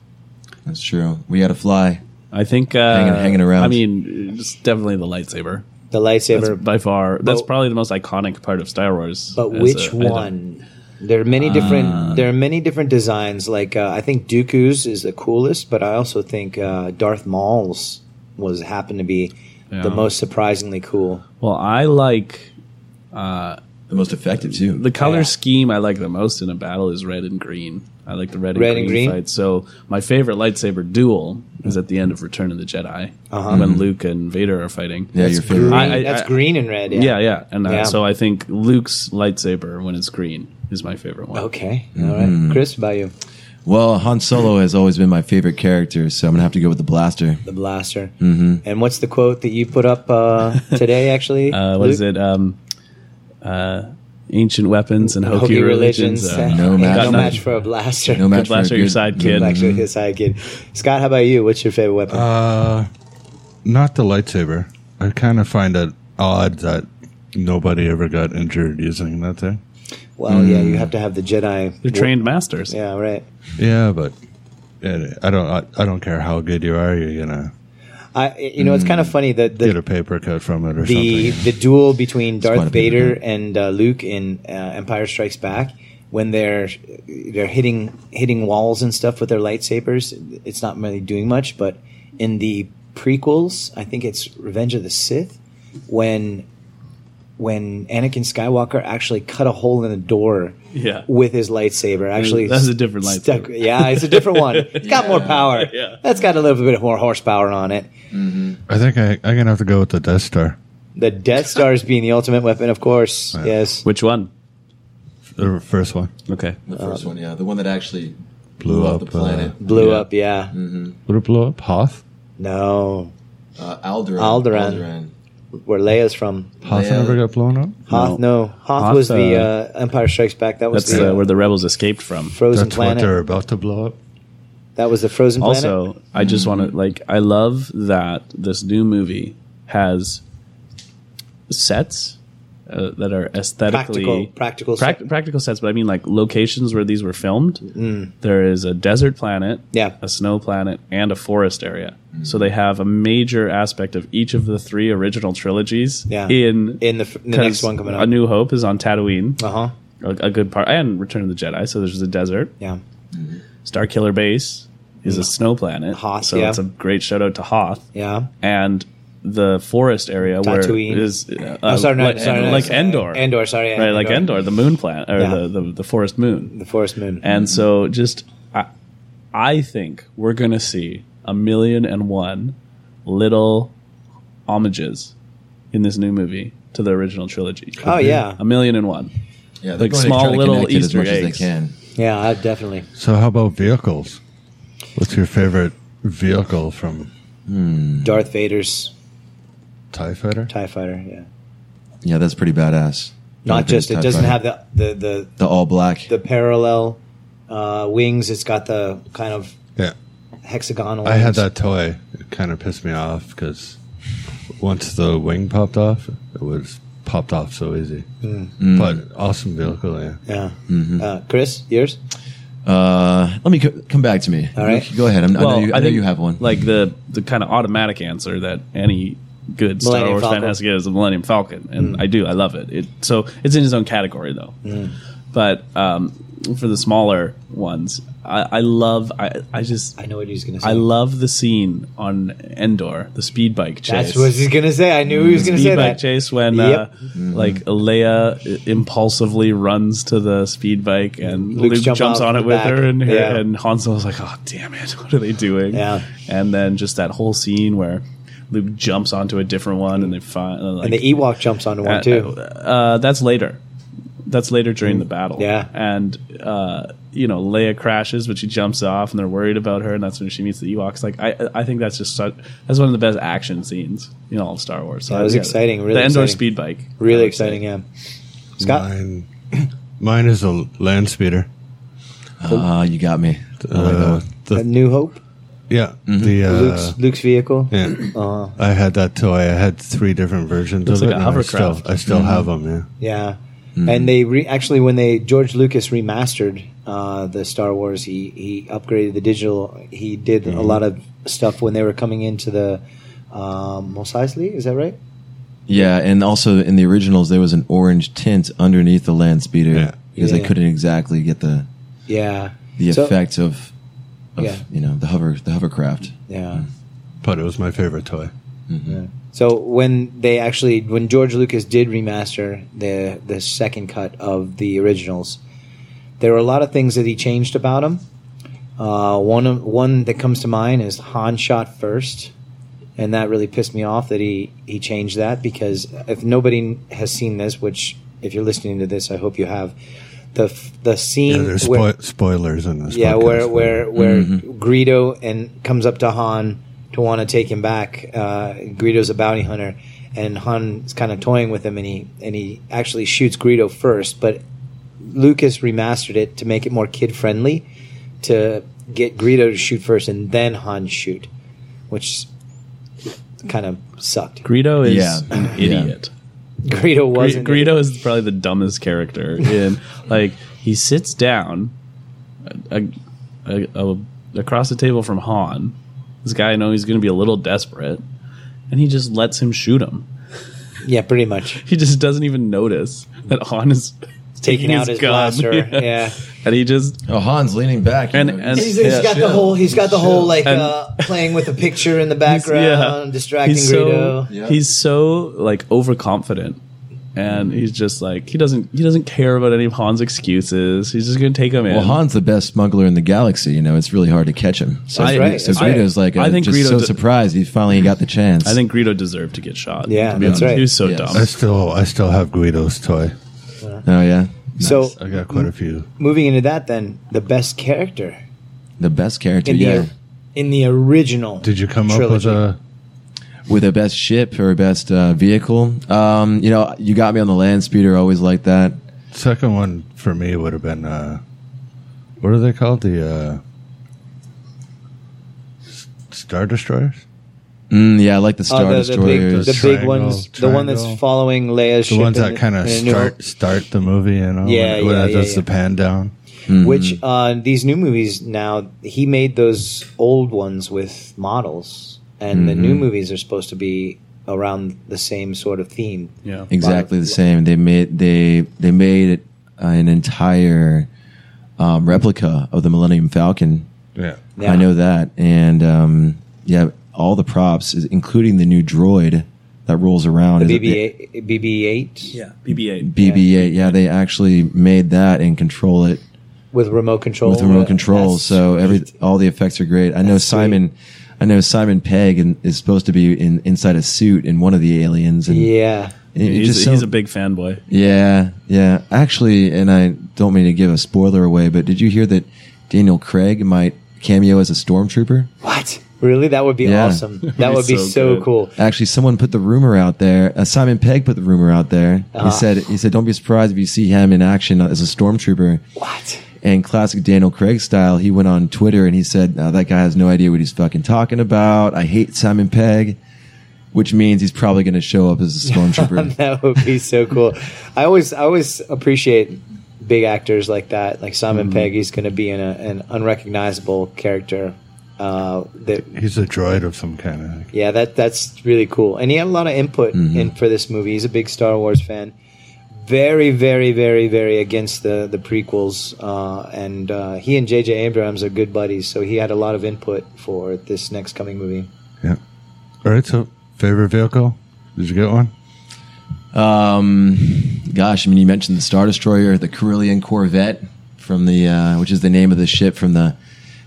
Speaker 5: That's true. We got to fly.
Speaker 4: I think uh,
Speaker 5: Hanging- hanging around.
Speaker 4: I mean, it's definitely the lightsaber.
Speaker 3: The
Speaker 4: Mm. That's
Speaker 3: lightsaber.
Speaker 4: by far. That's
Speaker 3: But-
Speaker 4: probably the most iconic part of Star Wars.
Speaker 3: But
Speaker 4: as
Speaker 3: which
Speaker 4: a Uh, item.
Speaker 3: one? There are many different. there are many different designs. Like uh, I think Dooku's is the coolest, but I also think uh, Darth Maul's was happened to be
Speaker 4: Yeah.
Speaker 3: the most surprisingly cool.
Speaker 4: Well, I like
Speaker 5: The most effective too.
Speaker 4: the color
Speaker 3: Yeah.
Speaker 4: scheme I like the most in a battle is red and green. I like the red and,
Speaker 3: Red
Speaker 4: green,
Speaker 3: and green?
Speaker 4: fight. So my favorite lightsaber duel is at the end of Return of the Jedi when Luke and Vader are fighting.
Speaker 5: yeah, your favorite.
Speaker 4: I- I-
Speaker 3: Uh-huh. That's
Speaker 4: I-
Speaker 3: green and red. Yeah.
Speaker 4: Yeah, yeah. And uh,
Speaker 3: Yeah.
Speaker 4: so I think Luke's lightsaber when it's green is my favorite one.
Speaker 3: Okay. All
Speaker 4: Mm-hmm.
Speaker 3: right. Chris, by you,
Speaker 5: Well, Han Solo has always been my favorite character, so I'm gonna have to go with the blaster.
Speaker 3: the blaster. Mm-hmm. And what's the quote that you put up uh, today? Actually,
Speaker 4: Uh, what is
Speaker 3: Luke?
Speaker 4: it? Um, uh, ancient weapons and hokey,
Speaker 3: Hokey
Speaker 4: religions.
Speaker 3: religions.
Speaker 4: uh,
Speaker 5: No
Speaker 3: Ain't
Speaker 5: match.
Speaker 3: match for a blaster.
Speaker 5: No match for a
Speaker 4: blaster, your
Speaker 5: good-
Speaker 4: side
Speaker 5: good
Speaker 4: kid.
Speaker 5: blaster.
Speaker 3: Actually, his side kid. Scott, how about you? What's your favorite weapon?
Speaker 2: Uh, not the lightsaber. I kind of find it odd that nobody ever got injured using that thing.
Speaker 3: well, yeah,
Speaker 2: mm.
Speaker 3: you have to have the Jedi.
Speaker 4: they're trained masters.
Speaker 3: Yeah, right.
Speaker 2: Yeah, but it, I don't. I, I don't care how good you are. You're gonna
Speaker 3: I, you know, it's kind of funny that
Speaker 2: Mm. get a
Speaker 3: the
Speaker 2: paper cut from it or
Speaker 3: the,
Speaker 2: something.
Speaker 3: the duel between
Speaker 5: quite
Speaker 3: Darth
Speaker 5: a bit of
Speaker 3: Vader and uh, Luke in uh, Empire Strikes Back when they're they're hitting hitting walls and stuff with their lightsabers. It's not really doing much, but in the prequels, I think it's Revenge of the Sith when when Anakin Skywalker actually cut a hole in the door
Speaker 4: Yeah.
Speaker 3: with his lightsaber. Actually,
Speaker 4: That's a different
Speaker 3: stuck-
Speaker 4: lightsaber.
Speaker 3: Yeah, it's a different one. It's got more power.
Speaker 4: Yeah.
Speaker 3: That's got a little bit more horsepower on it.
Speaker 2: I think I, I'm gonna have to go with the Death Star.
Speaker 3: The Death Stars being the ultimate weapon, of course. Yes.
Speaker 4: Which one?
Speaker 2: The first one
Speaker 4: Okay.
Speaker 5: The first one, yeah, the one that actually
Speaker 2: blew,
Speaker 5: blew
Speaker 2: up.
Speaker 5: up the planet.
Speaker 3: Blew
Speaker 4: Yeah. Mm.
Speaker 3: up, yeah.
Speaker 2: Uh, would it blow up Hoth?
Speaker 3: No.
Speaker 5: Uh, Alderaan.
Speaker 3: Alderaan. Where Leia's from.
Speaker 2: Hoth
Speaker 5: Yeah.
Speaker 2: never got blown up.
Speaker 3: Hoth, no. Hoth,
Speaker 4: Hoth,
Speaker 3: was the
Speaker 4: uh,
Speaker 3: uh, Empire Strikes Back. That was
Speaker 4: That's
Speaker 3: the
Speaker 4: uh,
Speaker 3: uh,
Speaker 4: where the rebels escaped from.
Speaker 3: frozen
Speaker 2: That's what they're
Speaker 3: planet.
Speaker 2: about to blow up.
Speaker 3: That was the frozen planet. Hmm.
Speaker 4: Also, I just want to like I love that this new movie has sets uh, that are aesthetically
Speaker 3: Practical- practical
Speaker 4: prac-
Speaker 3: set. Hmm.
Speaker 4: practical sets, but I mean like locations where these were filmed. There is a desert planet,
Speaker 3: Yeah. Hmm.
Speaker 4: a snow planet, and a forest area. So they have a major aspect of each of the three original trilogies
Speaker 3: Yeah.
Speaker 4: in
Speaker 3: In the f- in the next
Speaker 4: 'cause
Speaker 3: one coming
Speaker 4: A
Speaker 3: up.
Speaker 4: New Hope is on Tatooine,
Speaker 3: Uh huh.
Speaker 4: a, a good part, and Return of the Jedi. So there's the desert,
Speaker 3: Yeah.
Speaker 4: Star Killer Base, is a snow planet.
Speaker 3: Mm. Hoth,
Speaker 4: so
Speaker 3: yeah.
Speaker 4: it's a great shout out to Hoth.
Speaker 3: Yeah.
Speaker 4: and the forest area where it
Speaker 3: Tatooine. Oh,
Speaker 4: is uh,
Speaker 3: I'm sorry, no,
Speaker 4: like,
Speaker 3: sorry, no,
Speaker 4: like
Speaker 3: sorry.
Speaker 4: Endor,
Speaker 3: Endor, sorry, yeah,
Speaker 4: right? Like
Speaker 3: Endor.
Speaker 4: Endor, the moon planet or
Speaker 3: Yeah.
Speaker 4: the, the the forest moon.
Speaker 3: The Forest Moon.
Speaker 4: And so, just I, I think we're gonna see a million and one little homages in this new movie to the original trilogy.
Speaker 3: oh yeah,
Speaker 4: a million and one.
Speaker 5: Yeah, they're
Speaker 4: Like
Speaker 5: going to
Speaker 4: small
Speaker 5: try to
Speaker 4: little
Speaker 5: connect it
Speaker 4: Easter
Speaker 5: as much
Speaker 4: eggs.
Speaker 5: as they can.
Speaker 3: yeah, I definitely.
Speaker 2: So, how about vehicles? What's your favorite vehicle from
Speaker 3: Darth Vader's
Speaker 2: Tie Fighter?
Speaker 3: Tie Fighter. Yeah.
Speaker 5: Yeah, that's pretty badass.
Speaker 3: Not just it
Speaker 5: Tie
Speaker 3: doesn't
Speaker 5: fighter.
Speaker 3: have the the the,
Speaker 5: the all black.
Speaker 3: the parallel uh, wings. It's got the kind of
Speaker 2: Yeah,
Speaker 3: hexagonal.
Speaker 2: I had
Speaker 3: wings.
Speaker 2: that toy. It kind of pissed me off because once the wing popped off, it was popped off so easy. But awesome vehicle, yeah.
Speaker 3: Yeah.
Speaker 4: Mm-hmm.
Speaker 3: Uh, Chris, yours.
Speaker 5: uh, let me co- come back to me.
Speaker 3: All right.
Speaker 5: go ahead. I'm, I
Speaker 4: Well,
Speaker 5: know, you, I
Speaker 4: I
Speaker 5: know
Speaker 4: think,
Speaker 5: you have one.
Speaker 4: Like the the kind of automatic answer that any good Star
Speaker 3: Millennium
Speaker 4: Wars fan
Speaker 3: Falcon. Mm.
Speaker 4: has to get is the Millennium Falcon, and I do, I love it. It so it's in his own category though. But um, for the smaller ones, I, I love. I, I just
Speaker 3: I know what he's gonna say.
Speaker 4: I love the scene on Endor, the speed bike chase.
Speaker 3: That's what he's gonna say. I knew he was gonna say
Speaker 4: speed bike
Speaker 3: that.
Speaker 4: chase when
Speaker 3: Yep.
Speaker 4: uh, like Leia impulsively runs to the speed bike and
Speaker 3: Luke's
Speaker 4: Luke
Speaker 3: jump
Speaker 4: jumps
Speaker 3: off
Speaker 4: on
Speaker 3: the
Speaker 4: it with
Speaker 3: back.
Speaker 4: her and her,
Speaker 3: Yeah.
Speaker 4: and Han Solo's like, oh damn it, what are they doing?
Speaker 3: Yeah.
Speaker 4: and then just that whole scene where Luke jumps onto a different one and they find like,
Speaker 3: And the Ewok jumps onto one
Speaker 4: uh,
Speaker 3: too.
Speaker 4: Uh, that's later. That's later during the battle.
Speaker 3: Yeah.
Speaker 4: And, uh, you know, Leia crashes, but she jumps off and they're worried about her. And that's when she meets the Ewoks. Like, I, I think that's just, such, that's one of the best action scenes in all of Star Wars. So,
Speaker 3: That was exciting, really
Speaker 4: The Endor
Speaker 3: exciting.
Speaker 4: speed bike. I
Speaker 3: Really
Speaker 4: would say.
Speaker 3: exciting. Yeah. Scott.
Speaker 2: Mine, mine is a land speeder.
Speaker 5: Uh, you got me.
Speaker 3: Oh
Speaker 5: I like that
Speaker 2: Uh,
Speaker 5: one.
Speaker 2: the-
Speaker 3: A New Hope.
Speaker 2: yeah,
Speaker 4: Mm-hmm.
Speaker 2: the uh,
Speaker 3: Luke's Luke's vehicle.
Speaker 2: yeah.
Speaker 3: Uh,
Speaker 2: I had that toy. I had three different versions
Speaker 4: Looks
Speaker 2: of
Speaker 4: like
Speaker 2: it.
Speaker 4: a
Speaker 2: and I
Speaker 4: hovercraft.
Speaker 2: still, I still
Speaker 3: Mm-hmm.
Speaker 2: have them. Yeah.
Speaker 3: Yeah,
Speaker 5: Hmm.
Speaker 3: and they re- actually when they George Lucas remastered uh, the Star Wars, he he upgraded the digital. He did
Speaker 5: Hmm.
Speaker 3: a lot of stuff when they were coming into the um, Mos Eisley. Is that right?
Speaker 5: Yeah, and also in the originals there was an orange tint underneath the land speeder
Speaker 2: Yeah.
Speaker 5: because
Speaker 3: Yeah.
Speaker 5: they couldn't exactly get the
Speaker 3: Yeah,
Speaker 5: the
Speaker 3: So-
Speaker 5: effect of, of Hmm.
Speaker 3: Yeah.
Speaker 5: you know the hover the hovercraft.
Speaker 3: Yeah.
Speaker 2: But it was my favorite toy.
Speaker 3: So when they actually when George Lucas did remaster the the second cut of the originals, there were a lot of things that he changed about them. Uh, one of- one that comes to mind is Han shot first, and that really pissed me off that he he changed that because if nobody has seen this, which if you're listening to this, I hope you have. The, f- the
Speaker 2: Yeah,
Speaker 3: scene
Speaker 2: there's
Speaker 3: where-
Speaker 2: spo- spoilers in this.
Speaker 3: yeah,
Speaker 2: podcast.
Speaker 3: where where where
Speaker 4: Mm-hmm.
Speaker 3: Greedo and comes up to Han to want to take him back. Uh, Greedo's a bounty hunter, and Han's kind of toying with him, and he and he actually shoots Greedo first. But Lucas remastered it to make it more kid friendly, to get Greedo to shoot first and then Han shoot, which kind of sucked.
Speaker 4: Greedo is
Speaker 5: Yeah.
Speaker 4: an
Speaker 5: Yeah.
Speaker 4: idiot.
Speaker 3: Greedo
Speaker 4: Gre-
Speaker 3: wasn't.
Speaker 4: Greedo is probably the dumbest character in like he sits down a, a, a, across the table from Han. This guy I know he's going to be a little desperate, and he just lets him shoot him.
Speaker 3: Yeah, pretty much
Speaker 4: He just doesn't even notice that Han is taking,
Speaker 3: taking out
Speaker 4: his,
Speaker 3: his,
Speaker 4: gun.
Speaker 3: blaster.
Speaker 4: Yeah.
Speaker 3: yeah.
Speaker 4: and he just
Speaker 5: Oh, Han's leaning back you
Speaker 4: And-
Speaker 5: know,
Speaker 4: and-
Speaker 5: he's-
Speaker 3: He's, he's
Speaker 4: Yeah.
Speaker 3: got the whole. He's got the whole like
Speaker 4: And-
Speaker 3: uh, playing with a picture in the
Speaker 4: he's-
Speaker 3: background,
Speaker 4: yeah,
Speaker 3: distracting
Speaker 4: he's so
Speaker 3: Greedo.
Speaker 5: Yeah.
Speaker 4: he's so like overconfident. And he's just like he doesn't he doesn't care about any of Han's excuses. He's just gonna take him in.
Speaker 5: Well, Han's the best smuggler in the galaxy. You know, it's really hard to catch him. So,
Speaker 4: I-
Speaker 5: Greedo- so
Speaker 4: I-
Speaker 5: Greedo's like, uh,
Speaker 4: I think
Speaker 5: just
Speaker 4: Greedo
Speaker 5: so
Speaker 4: d-
Speaker 5: surprised he finally got the chance.
Speaker 4: I think Greedo deserved to get shot.
Speaker 3: Yeah,
Speaker 4: to be honest.
Speaker 3: that's right.
Speaker 4: He was so
Speaker 5: Yes.
Speaker 2: I
Speaker 4: dumb.
Speaker 2: still, I still have Guido's toy.
Speaker 5: Oh yeah,
Speaker 3: So
Speaker 2: I got quite a few.
Speaker 3: moving into that, then the best character
Speaker 5: the best character.
Speaker 3: in
Speaker 5: yeah,
Speaker 3: the in the original.
Speaker 2: Did you come up with a?
Speaker 3: trilogy.
Speaker 5: with a best ship or a best uh, vehicle. Um, you know, you got me on the land speeder. Always like that.
Speaker 2: Second one for me would have been uh, what are they called? The uh, S- Star Destroyers.
Speaker 5: Mm, yeah, I like the Star
Speaker 3: Uh, the, the big,
Speaker 5: Destroyers.
Speaker 3: the big
Speaker 2: Triangle,
Speaker 3: ones, the one that's
Speaker 2: triangle.
Speaker 3: following Leia's
Speaker 2: The
Speaker 3: ship
Speaker 2: ones
Speaker 3: in
Speaker 2: that kind of
Speaker 3: in the new
Speaker 2: start start the movie, you know,
Speaker 3: Yeah,
Speaker 2: when, when
Speaker 3: yeah,
Speaker 2: it
Speaker 3: yeah,
Speaker 2: does
Speaker 3: yeah.
Speaker 2: the pan down.
Speaker 3: one, Which uh, these new movies now he made those old ones with models, and the new movies are supposed to be around the same sort of theme.
Speaker 4: Yeah.
Speaker 5: exactly the same. They made they they uh, made it an entire um, replica of the Millennium Falcon
Speaker 2: Yeah.
Speaker 3: Yeah.
Speaker 5: I know that, and um, yeah, all the props, is- including the new droid that rolls around. is-
Speaker 3: BB BB-8
Speaker 4: Yeah, BB-8.
Speaker 5: BB-8. Yeah, they actually made that and control it
Speaker 3: with remote control.
Speaker 5: with remote control.
Speaker 3: Oh, uh, That's
Speaker 5: So every
Speaker 3: sweet.
Speaker 5: all the effects are great. I know
Speaker 3: That's sweet.
Speaker 5: Simon. I know Simon Pegg in, is supposed to be in inside a suit in one of the aliens. And
Speaker 3: yeah,
Speaker 5: it- it
Speaker 4: He's,
Speaker 5: just
Speaker 4: he's
Speaker 5: sounds-
Speaker 4: a big fanboy.
Speaker 5: yeah, yeah. Actually, and I don't mean to give a spoiler away, but did you hear that Daniel Craig might cameo as a stormtrooper?
Speaker 3: what? Really? That would be
Speaker 5: Yeah.
Speaker 3: awesome. That would be so,
Speaker 4: so good.
Speaker 3: cool.
Speaker 5: Actually, someone put the rumor out there. Uh, Simon Pegg put the rumor out there.
Speaker 3: Ah.
Speaker 5: He said, "He said, don't be surprised if you see him in action as a stormtrooper."
Speaker 3: What?
Speaker 5: And classic Daniel Craig style, he went on Twitter and he said, "Uh, "That guy has no idea what he's fucking talking about. I hate Simon Pegg," which means he's probably going to show up as a stormtrooper.
Speaker 3: That would be so cool. I always I always appreciate big actors like that, like
Speaker 5: Mm-hmm.
Speaker 3: Simon Pegg. He's going to be in a, an unrecognizable character. Uh, that
Speaker 2: He's a droid of some kind.
Speaker 3: yeah, that that's really cool. And he had a lot of input in
Speaker 5: Mm-hmm.
Speaker 3: for this movie. He's a big Star Wars fan. Very, very, very, very against the the prequels, uh, and uh, he and J.J. Abrams are good buddies, so he had a lot of input for this next coming movie.
Speaker 2: Yeah. All right. So, favorite vehicle? Did you get one?
Speaker 5: um, gosh, I mean, you mentioned the Star Destroyer, the Carillion Corvette from the, uh, which is the name of the ship from the,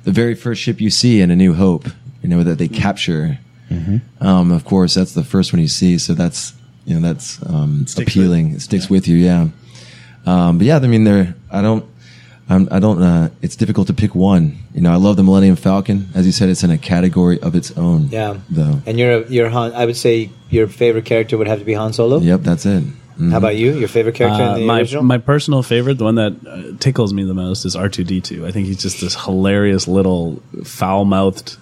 Speaker 5: the very first ship you see in A New Hope. You know that they capture. Um, of course, that's the first one you see, so that's you know that's um, appealing. it sticks with you, yeah. Um, but yeah, I mean, they're I don't. I'm, I don't. Uh, it's difficult to pick one. You know, I love the Millennium Falcon. As you said, it's in a category of its own.
Speaker 3: Yeah,
Speaker 5: Though.
Speaker 3: and your your Han, I would say your favorite character would have to be Han Solo.
Speaker 5: Yep, that's it. Mm.
Speaker 3: How about you? Your favorite character
Speaker 4: Uh,
Speaker 3: in the
Speaker 4: my
Speaker 3: original?
Speaker 4: my personal favorite, the one that uh, tickles me the most, is R two D two. I think he's just this hilarious little foul mouthed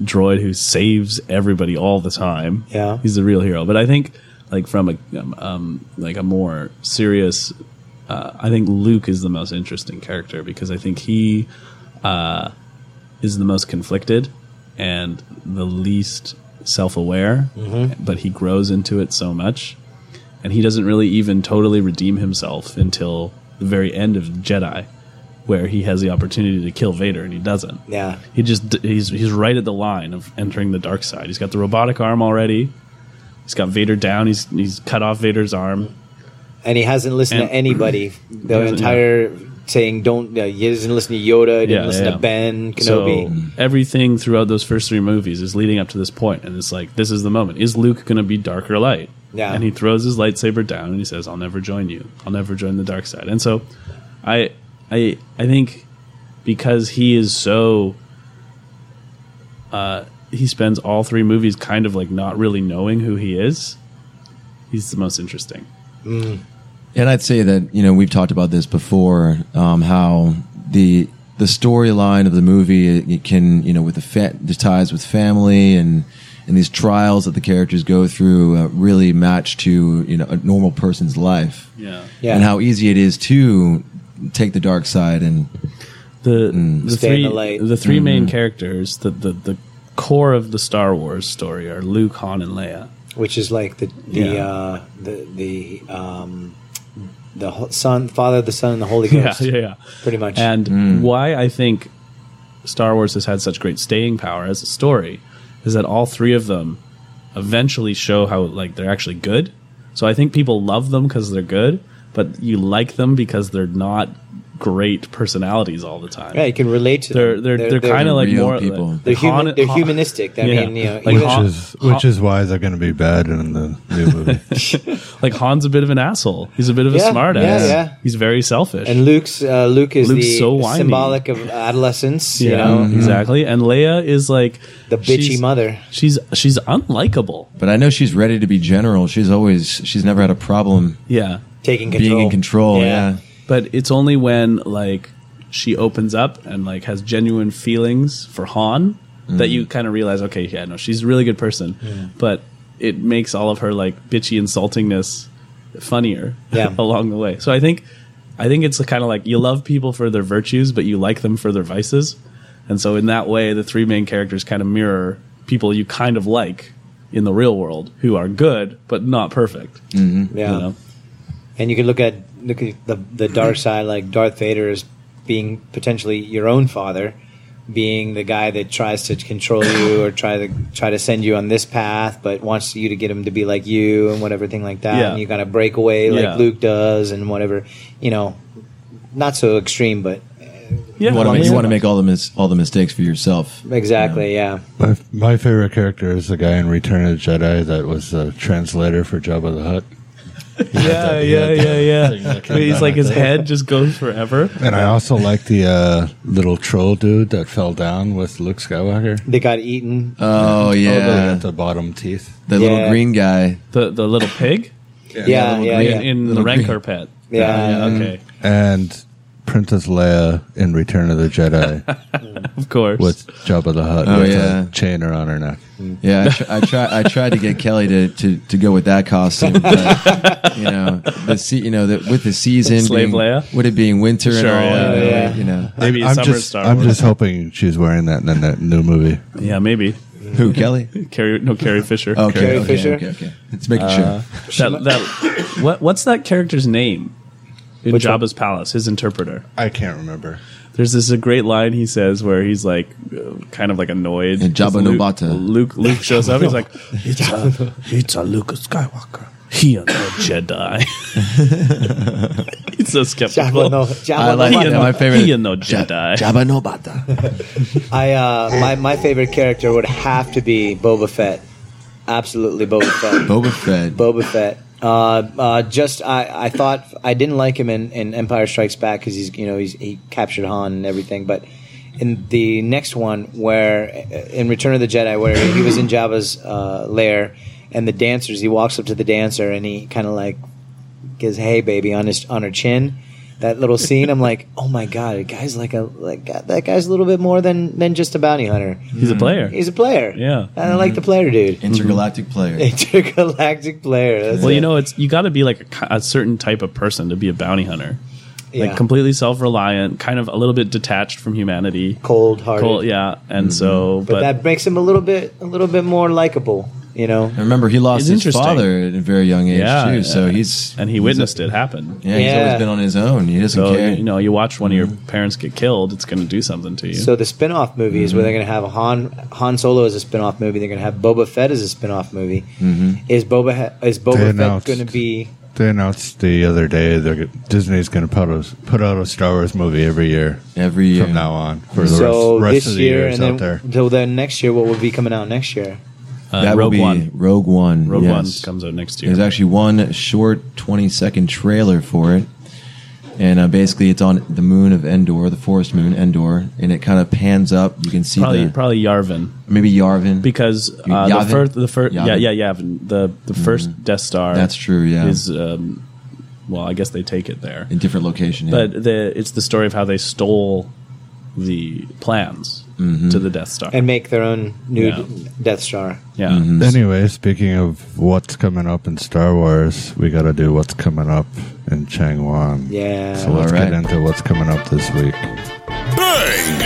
Speaker 4: droid who saves everybody all the time.
Speaker 3: Yeah.
Speaker 4: he's the real hero. But I think like from a um, um, like a more serious, uh, I think Luke is the most interesting character because I think he is the most conflicted and the least self-aware but he grows into it so much and he doesn't really even totally redeem himself until the very end of jedi where he has the opportunity to kill vader and he doesn't
Speaker 3: yeah,
Speaker 4: he just he's he's right at the line of entering the dark side. He's got the robotic arm already. He's got Vader down. He's he's cut off Vader's arm.
Speaker 3: and he hasn't listened
Speaker 4: And-
Speaker 3: to anybody. The
Speaker 4: Doesn't-
Speaker 3: entire saying, "Don't." Uh, he doesn't listen to Yoda. He didn't
Speaker 4: Yeah,
Speaker 3: listen
Speaker 4: yeah.
Speaker 3: to Ben Kenobi.
Speaker 4: So everything throughout those first three movies is leading up to this point, and it's like this is the moment. Is Luke going to be dark or light?
Speaker 3: Yeah.
Speaker 4: And he throws his lightsaber down and he says, "I'll never join you. I'll never join the dark side." And so, I, I, I think because he is so, uh, he spends all three movies kind of like not really knowing who he is. He's the most interesting.
Speaker 5: And I'd say that you know we've talked about this before, um, how the the storyline of the movie it, it can you know with the, fa- the ties with family and and these trials that the characters go through uh, really match to you know a normal person's life
Speaker 4: Yeah.
Speaker 3: yeah,
Speaker 5: and how easy it is to take the dark side and
Speaker 4: the the
Speaker 3: Stay in
Speaker 4: three
Speaker 3: the
Speaker 4: the,
Speaker 3: light.
Speaker 4: three main characters the, the the core of the Star Wars story are Luke, Han, and Leia.
Speaker 3: which is like the the
Speaker 4: Yeah.
Speaker 3: uh, the the um, the ho- son, father, the son, and the Holy Ghost.
Speaker 4: Yeah, Mm. yeah, yeah.
Speaker 3: Pretty much.
Speaker 4: And why I think Star Wars has had such great staying power as a story is that all three of them eventually show how like they're actually good. So I think people love them because they're good, but you like them because they're not great personalities all the time.
Speaker 3: yeah, you can relate to
Speaker 4: They're
Speaker 3: them.
Speaker 4: they're they're, kind of like
Speaker 5: real
Speaker 4: more
Speaker 5: people.
Speaker 4: Like,
Speaker 3: they're, human,
Speaker 4: Han-
Speaker 3: they're
Speaker 4: Han-
Speaker 3: humanistic. I
Speaker 4: Yeah.
Speaker 3: mean, you know,
Speaker 4: Like
Speaker 3: even-
Speaker 4: Han-
Speaker 2: Which is which is why they're going to be bad in the new movie.
Speaker 4: Like Han's a bit of an asshole. He's a bit of
Speaker 3: Yeah,
Speaker 4: a smartass.
Speaker 3: yeah, yeah.
Speaker 4: He's very selfish.
Speaker 3: and Luke's uh, Luke is
Speaker 4: Luke's
Speaker 3: the
Speaker 4: so whiny.
Speaker 3: symbolic of adolescence.
Speaker 4: yeah,
Speaker 3: You know,
Speaker 4: exactly. And Leia is like
Speaker 3: the bitchy
Speaker 4: she's-
Speaker 3: mother.
Speaker 4: She's she's unlikable.
Speaker 5: but I know she's ready to be general she's always she's never had a problem
Speaker 4: Yeah.
Speaker 3: taking control.
Speaker 5: being in control yeah,
Speaker 4: But it's only when like she opens up and like has genuine feelings for Han that
Speaker 5: Mm.
Speaker 4: you kind of realize, okay, yeah, no, she's a really good person. But it makes all of her like bitchy insultingness funnier
Speaker 3: Yeah.
Speaker 4: along the way. So I think I think it's kind of like you love people for their virtues, but you like them for their vices. And so in that way, the three main characters kind of mirror people you kind of like in the real world who are good but not perfect.
Speaker 3: Yeah,
Speaker 4: You know?
Speaker 3: and you can look at look at the the dark side, like Darth Vader is being potentially your own father, being the guy that tries to control you or try to try to send you on this path, but wants you to get him to be like you and whatever thing like that.
Speaker 4: Yeah.
Speaker 3: And you got to break away like
Speaker 4: Yeah.
Speaker 3: Luke does and whatever. You know, not so extreme, but
Speaker 4: Yeah,
Speaker 5: You want to
Speaker 4: well,
Speaker 5: make,
Speaker 4: yeah.
Speaker 5: you want to make all the mis- all the mistakes for yourself.
Speaker 3: exactly, yeah.
Speaker 2: My, my favorite character is the guy in Return of the Jedi that was the translator for Jabba the Hutt.
Speaker 4: yeah, yeah, yeah,
Speaker 2: thing
Speaker 4: yeah.
Speaker 2: that came
Speaker 4: But he's
Speaker 2: down
Speaker 4: like
Speaker 2: at
Speaker 4: his
Speaker 2: the-
Speaker 4: head just goes forever.
Speaker 2: And I also like the uh, little troll dude that fell down with Luke Skywalker.
Speaker 3: They got eaten.
Speaker 5: Oh
Speaker 2: Oh, they
Speaker 5: yeah,
Speaker 2: got the bottom teeth.
Speaker 5: the
Speaker 3: Yeah.
Speaker 5: little green guy.
Speaker 4: The the little pig
Speaker 3: yeah, yeah, yeah,
Speaker 4: in, in the
Speaker 5: Little green-
Speaker 4: Rancor pet.
Speaker 3: Yeah.
Speaker 4: yeah, okay,
Speaker 2: And Princess Leia in Return of the Jedi
Speaker 4: of course.
Speaker 2: with Jabba the Hutt
Speaker 5: Oh,
Speaker 2: with
Speaker 5: yeah.
Speaker 2: a chain around her neck.
Speaker 5: Yeah, I, tr- I tried. I tried to get Kelly to, to, to go with that costume. But, you know, the se- you know the, with the season,
Speaker 4: Slave
Speaker 5: being,
Speaker 4: Leia?
Speaker 5: with it being winter and
Speaker 4: Sure,
Speaker 5: all,
Speaker 4: yeah,
Speaker 5: you, know,
Speaker 3: yeah.
Speaker 5: you know,
Speaker 4: maybe
Speaker 2: I'm
Speaker 4: summer
Speaker 2: just,
Speaker 4: Star
Speaker 2: I'm
Speaker 4: Wars.
Speaker 2: just hoping she's wearing that in that new movie.
Speaker 4: yeah, maybe
Speaker 5: who Kelly?
Speaker 4: Carrie. No, Carrie Fisher.
Speaker 5: Okay,
Speaker 3: Carrie
Speaker 5: okay,
Speaker 3: Fisher?
Speaker 5: Okay, okay, It's
Speaker 4: Uh,
Speaker 5: making sure.
Speaker 4: That, that what what's that character's name in
Speaker 3: Which one?
Speaker 4: Jabba's palace? His interpreter.
Speaker 2: I can't remember.
Speaker 4: There's this a great line he says where he's like, uh, kind of like annoyed.
Speaker 5: And Jabba
Speaker 4: 'cause
Speaker 5: no
Speaker 4: Luke-
Speaker 5: Bata.
Speaker 4: Luke Luke shows up. He's like, it's a, it's a Luke Skywalker. He a no Jedi. he's so skeptical.
Speaker 3: Jabba no- Jabba
Speaker 5: I
Speaker 3: no
Speaker 5: like
Speaker 4: he
Speaker 3: Hutt.
Speaker 4: a
Speaker 5: that.
Speaker 4: no,
Speaker 5: My favorite-
Speaker 4: He a no Jedi.
Speaker 5: Jabba no bata.
Speaker 3: I uh, my my favorite character would have to be Boba Fett. Absolutely, Boba Fett.
Speaker 5: Boba Fett.
Speaker 3: Boba Fett. Uh, uh, just I, I thought I didn't like him in, in Empire Strikes Back because he's you know he's he captured Han and everything, but in the next one where uh, in Return of the Jedi where he was in Jabba's uh, lair and the dancers he walks up to the dancer and he kind of like gives hey baby on his on her chin. That little scene, I'm like, oh my god, the guy's like a like that guy's a little bit more than than just a bounty hunter.
Speaker 4: He's a player.
Speaker 3: He's a player.
Speaker 4: Yeah. Mm-hmm.
Speaker 3: and I like the player dude.
Speaker 5: Intergalactic player.
Speaker 3: Intergalactic player. That's
Speaker 4: well,
Speaker 3: it.
Speaker 4: you know, it's you got to be like a, ki- a certain type of person to be a bounty hunter.
Speaker 3: Yeah.
Speaker 4: Like completely self-reliant, kind of a little bit detached from humanity.
Speaker 3: cold hearted.
Speaker 4: Cold, yeah, and so
Speaker 3: Mm-hmm. but, that makes him a little bit a little bit more likable, you know.
Speaker 5: I remember he lost
Speaker 4: It's
Speaker 5: his
Speaker 4: interesting.
Speaker 5: father at a very young age
Speaker 4: Yeah,
Speaker 5: too,
Speaker 4: yeah.
Speaker 5: so he's
Speaker 4: and he
Speaker 5: he's
Speaker 4: witnessed
Speaker 5: a-
Speaker 4: it happen.
Speaker 5: Yeah, he's
Speaker 3: Yeah.
Speaker 5: always been on his own. He doesn't
Speaker 4: So
Speaker 5: care.
Speaker 4: you know, you watch one of your parents get killed, it's going to do something to you.
Speaker 3: Mm-hmm. So the spin-off movie is where
Speaker 4: Mm-hmm.
Speaker 3: they're going to have Han Han Solo as a spin-off movie, they're going to have Boba Fett as a spin-off movie. Mm-hmm. Is Boba is
Speaker 2: They
Speaker 3: Boba Fett
Speaker 2: announced-
Speaker 3: going to be
Speaker 2: They announced the other day that Disney's going to put, a- put out a Star Wars movie every year
Speaker 5: Every year.
Speaker 2: from now on for the
Speaker 3: so
Speaker 2: rest, rest
Speaker 3: this
Speaker 2: of the
Speaker 3: year
Speaker 2: years
Speaker 3: and then
Speaker 2: out there.
Speaker 3: till then next year what will be coming out next year?
Speaker 4: Uh,
Speaker 5: that
Speaker 4: Rogue
Speaker 5: will be
Speaker 4: One,
Speaker 5: Rogue One.
Speaker 4: Rogue One
Speaker 5: yes.
Speaker 4: comes out next year.
Speaker 5: There's actually one short 20 second trailer for it. And uh, basically, it's on the moon of Endor, the forest moon Endor, and it kind of pans up. You can see
Speaker 4: Probably,
Speaker 5: the,
Speaker 4: probably Yarvin
Speaker 5: maybe Yarvin.
Speaker 4: because uh,
Speaker 5: Yavin?
Speaker 4: the first, the first, yeah,
Speaker 5: Yavin.
Speaker 4: yeah, Yavin. The the first Death Star.
Speaker 5: Mm-hmm. That's true, yeah.
Speaker 4: Is um, well, I guess they take it there,
Speaker 5: in different location. yeah.
Speaker 4: but the it's the story of how they stole the plans
Speaker 2: Mm-hmm.
Speaker 4: to the Death Star.
Speaker 3: And make their own new
Speaker 4: Yeah.
Speaker 3: Death Star.
Speaker 4: yeah,
Speaker 2: Anyway, speaking of what's coming up in Star Wars, we got to do what's coming up in Changwon.
Speaker 3: Yeah.
Speaker 2: So let's
Speaker 5: All right.
Speaker 2: get into what's coming up this week.
Speaker 1: Bang!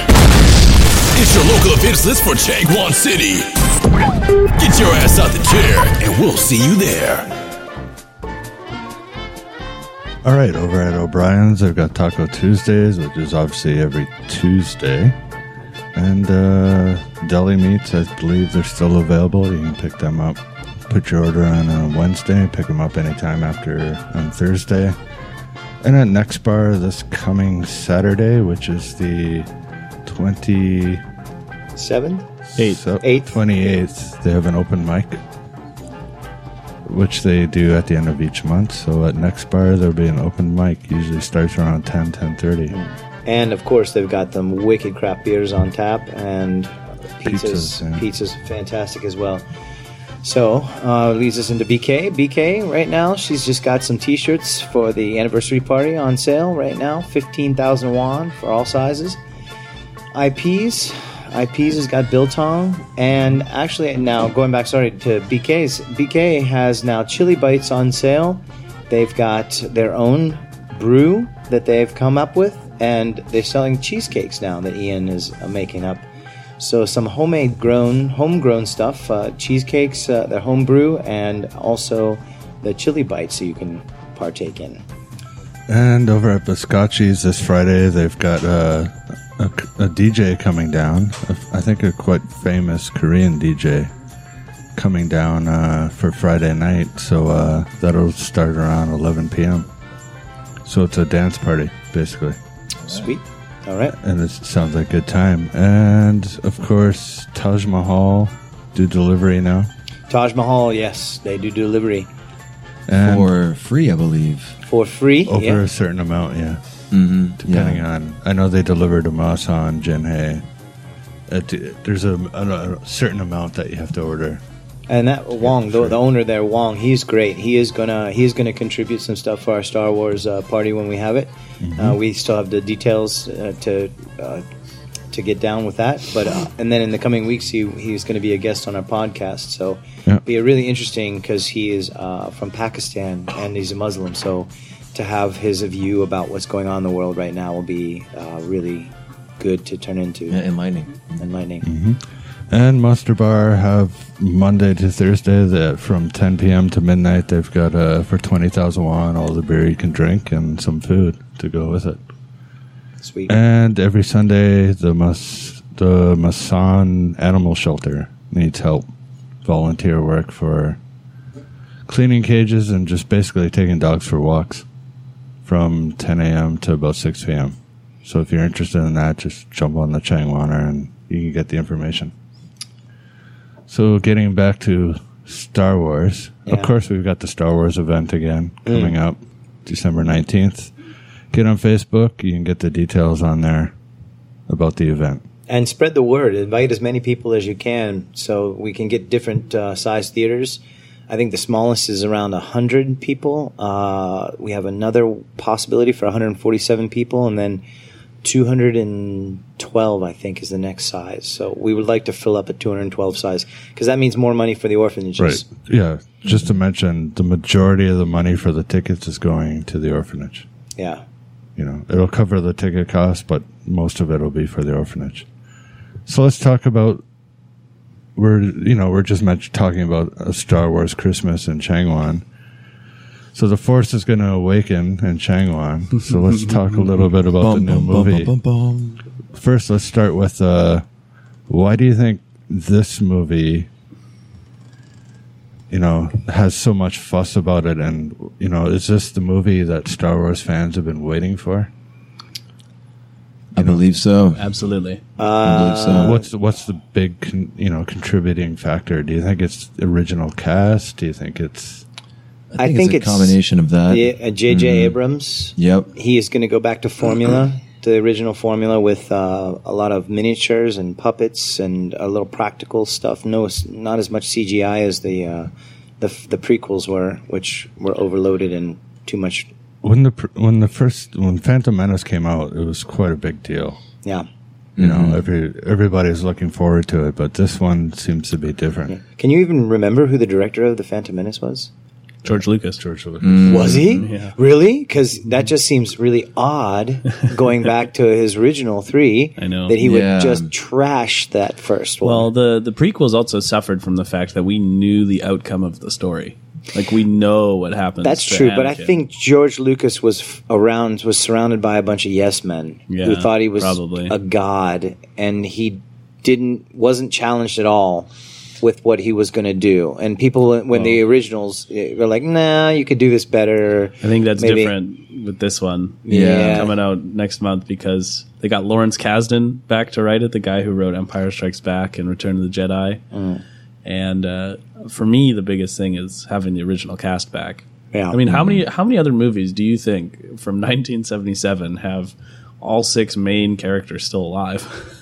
Speaker 1: It's your local events list for Changwon City. Get your ass out the chair, and we'll see you there.
Speaker 2: All right, over at O'Brien's, they've got Taco Tuesdays, which is obviously every Tuesday. And uh, deli meats, I believe they're still available. You can pick them up. Put your order on uh, Wednesday, pick them up anytime after on Thursday. And at Next Bar this coming Saturday, which is the 20.
Speaker 3: 7
Speaker 4: Eight.
Speaker 2: So,
Speaker 3: Eighth.
Speaker 2: 28th, they have an open mic, which they do at the end of each month. So at next bar, there'll be an open mic. Usually starts around 10, 10.30.
Speaker 3: And of course, they've got them wicked crap beers on tap, and pizzas.
Speaker 2: Pizzas, yeah.
Speaker 3: Pizzas, fantastic as well. So uh, leads us into BK. BK right now, she's just got some T-shirts for the anniversary party on sale right now. Fifteen thousand won for all sizes. IPs. IPs has got Biltong, and actually now going back, sorry to BK's. BK has now Chili Bites on sale. They've got their own brew that they've come up with, and they're selling cheesecakes now that Ian is uh, making up. So some homemade grown, homegrown stuff, uh, cheesecakes, uh, their home brew, and also the chili bites that you can partake in.
Speaker 2: And over at Biscacci's this Friday, they've got uh, a, a DJ coming down. a f- I think a quite famous Korean DJ coming down uh, for Friday night. So uh, that'll start around 11 p.m. So it's a dance party basically,
Speaker 3: Sweet. All right.
Speaker 2: and it sounds like a good time. And of course, Taj Mahal do delivery now.
Speaker 3: Taj Mahal, yes, they do delivery
Speaker 2: And
Speaker 5: for free, I believe.
Speaker 3: for free.
Speaker 2: over
Speaker 3: yeah.
Speaker 2: a certain amount, yeah. Depending
Speaker 5: Mm-hmm. Yeah.
Speaker 2: on, I know they deliver to Masan, Jinhei. It, Uh, there's a, a, a certain amount that you have to order.
Speaker 3: And that Wong, the, the owner there, Wong, he's great. He is gonna he's gonna contribute some stuff for our Star Wars uh, party when we have it.
Speaker 2: Mm-hmm.
Speaker 3: Uh, we still have the details uh, to uh, to get down with that, but uh, and then in the coming weeks he he's going to be a guest on our podcast. So
Speaker 2: Yeah.
Speaker 3: be a really interesting because he is uh, from Pakistan and he's a Muslim. So to have his view about what's going on in the world right now will be uh, really good to turn into
Speaker 5: Yeah, enlightening.
Speaker 3: enlightening.
Speaker 2: Mm-hmm. And Monster Bar have Monday to Thursday that from 10 p.m. to midnight. They've got uh, for 20,000 won all the beer you can drink and some food to go with it.
Speaker 3: Sweet.
Speaker 2: And every Sunday, the Mas- the Masan Animal Shelter needs help, volunteer work for cleaning cages and just basically taking dogs for walks from 10 a.m. to about 6 p.m. So if you're interested in that, just jump on the Changwaner and you can get the information. So getting back to Star Wars,
Speaker 3: Yeah.
Speaker 2: of course we've got the Star Wars event again coming up December 19th get on Facebook. You can get the details on there about the event.
Speaker 3: and spread the word. Invite as many people as you can, so we can get different uh, size theaters. I think the smallest is around 100 people. Uh, we have another possibility for 147 people, and then 212, I think, is the next size. So we would like to fill up a 212 size because that means more money for the orphanages.
Speaker 2: Yeah. Just to mention, the majority of the money for the tickets is going to the orphanage.
Speaker 3: Yeah.
Speaker 2: You know, it'll cover the ticket cost, but most of it will be for the orphanage. So let's talk about. We're you know we're just much talking about a Star Wars Christmas in Changwon. So the Force is going to awaken in Changwon. So let's talk a little bit about
Speaker 5: Bum,
Speaker 2: the new
Speaker 5: bum, bum,
Speaker 2: movie.
Speaker 5: bum, bum, bum.
Speaker 2: first let's start with uh why do you think this movie you know has so much fuss about it and you know is this the movie that star wars fans have been waiting for
Speaker 5: I believe so.
Speaker 4: Absolutely.
Speaker 5: I believe so.
Speaker 2: what's what's the big con, you know contributing factor do you think it's the original cast do you think it's
Speaker 5: I think, it's a combination of that.
Speaker 3: Yeah, uh, J.J. Abrams.
Speaker 5: Yep.
Speaker 3: he is going to go back to formula, the original formula, with uh, a lot of miniatures and puppets and a little practical stuff. No, s- not as much CGI as the uh, the, f- the prequels were, which were overloaded and too much.
Speaker 2: when the pr- when the first when phantom menace came out it was quite a big deal
Speaker 3: Yeah.
Speaker 2: you know every everybody's looking forward to it but this one seems to be different
Speaker 3: Can you even remember who the director of the Phantom Menace was?
Speaker 4: George Lucas. Mm-hmm.
Speaker 2: George Lucas.
Speaker 3: Was he
Speaker 4: Mm, yeah.
Speaker 3: really? Because that just seems really odd, going back to his original three.
Speaker 4: I know.
Speaker 3: that he
Speaker 5: Yeah.
Speaker 3: would just trash that first one.
Speaker 4: Well, the the prequels also suffered from the fact that we knew the outcome of the story. Like we know what happens.
Speaker 3: That's
Speaker 4: to
Speaker 3: true, but I
Speaker 4: Anakin.
Speaker 3: think George Lucas was f- around was surrounded by a bunch of yes men who
Speaker 4: Yeah,
Speaker 3: thought he was
Speaker 4: probably.
Speaker 3: a god, and he didn't wasn't challenged at all with what he was going to do. And people, when the originals eh, were like, "Nah, you could do this better."
Speaker 4: I think that's
Speaker 3: Maybe-
Speaker 4: different with this one.
Speaker 3: Yeah.
Speaker 4: coming out next month because they got Lawrence Kasdan back to write it, the guy who wrote Empire Strikes Back and Return of the Jedi.
Speaker 3: Mm.
Speaker 4: And uh, for me, the biggest thing is having the original cast back.
Speaker 3: Yeah.
Speaker 4: I mean, how many how many other movies do you think from 1977 have all six main characters still alive?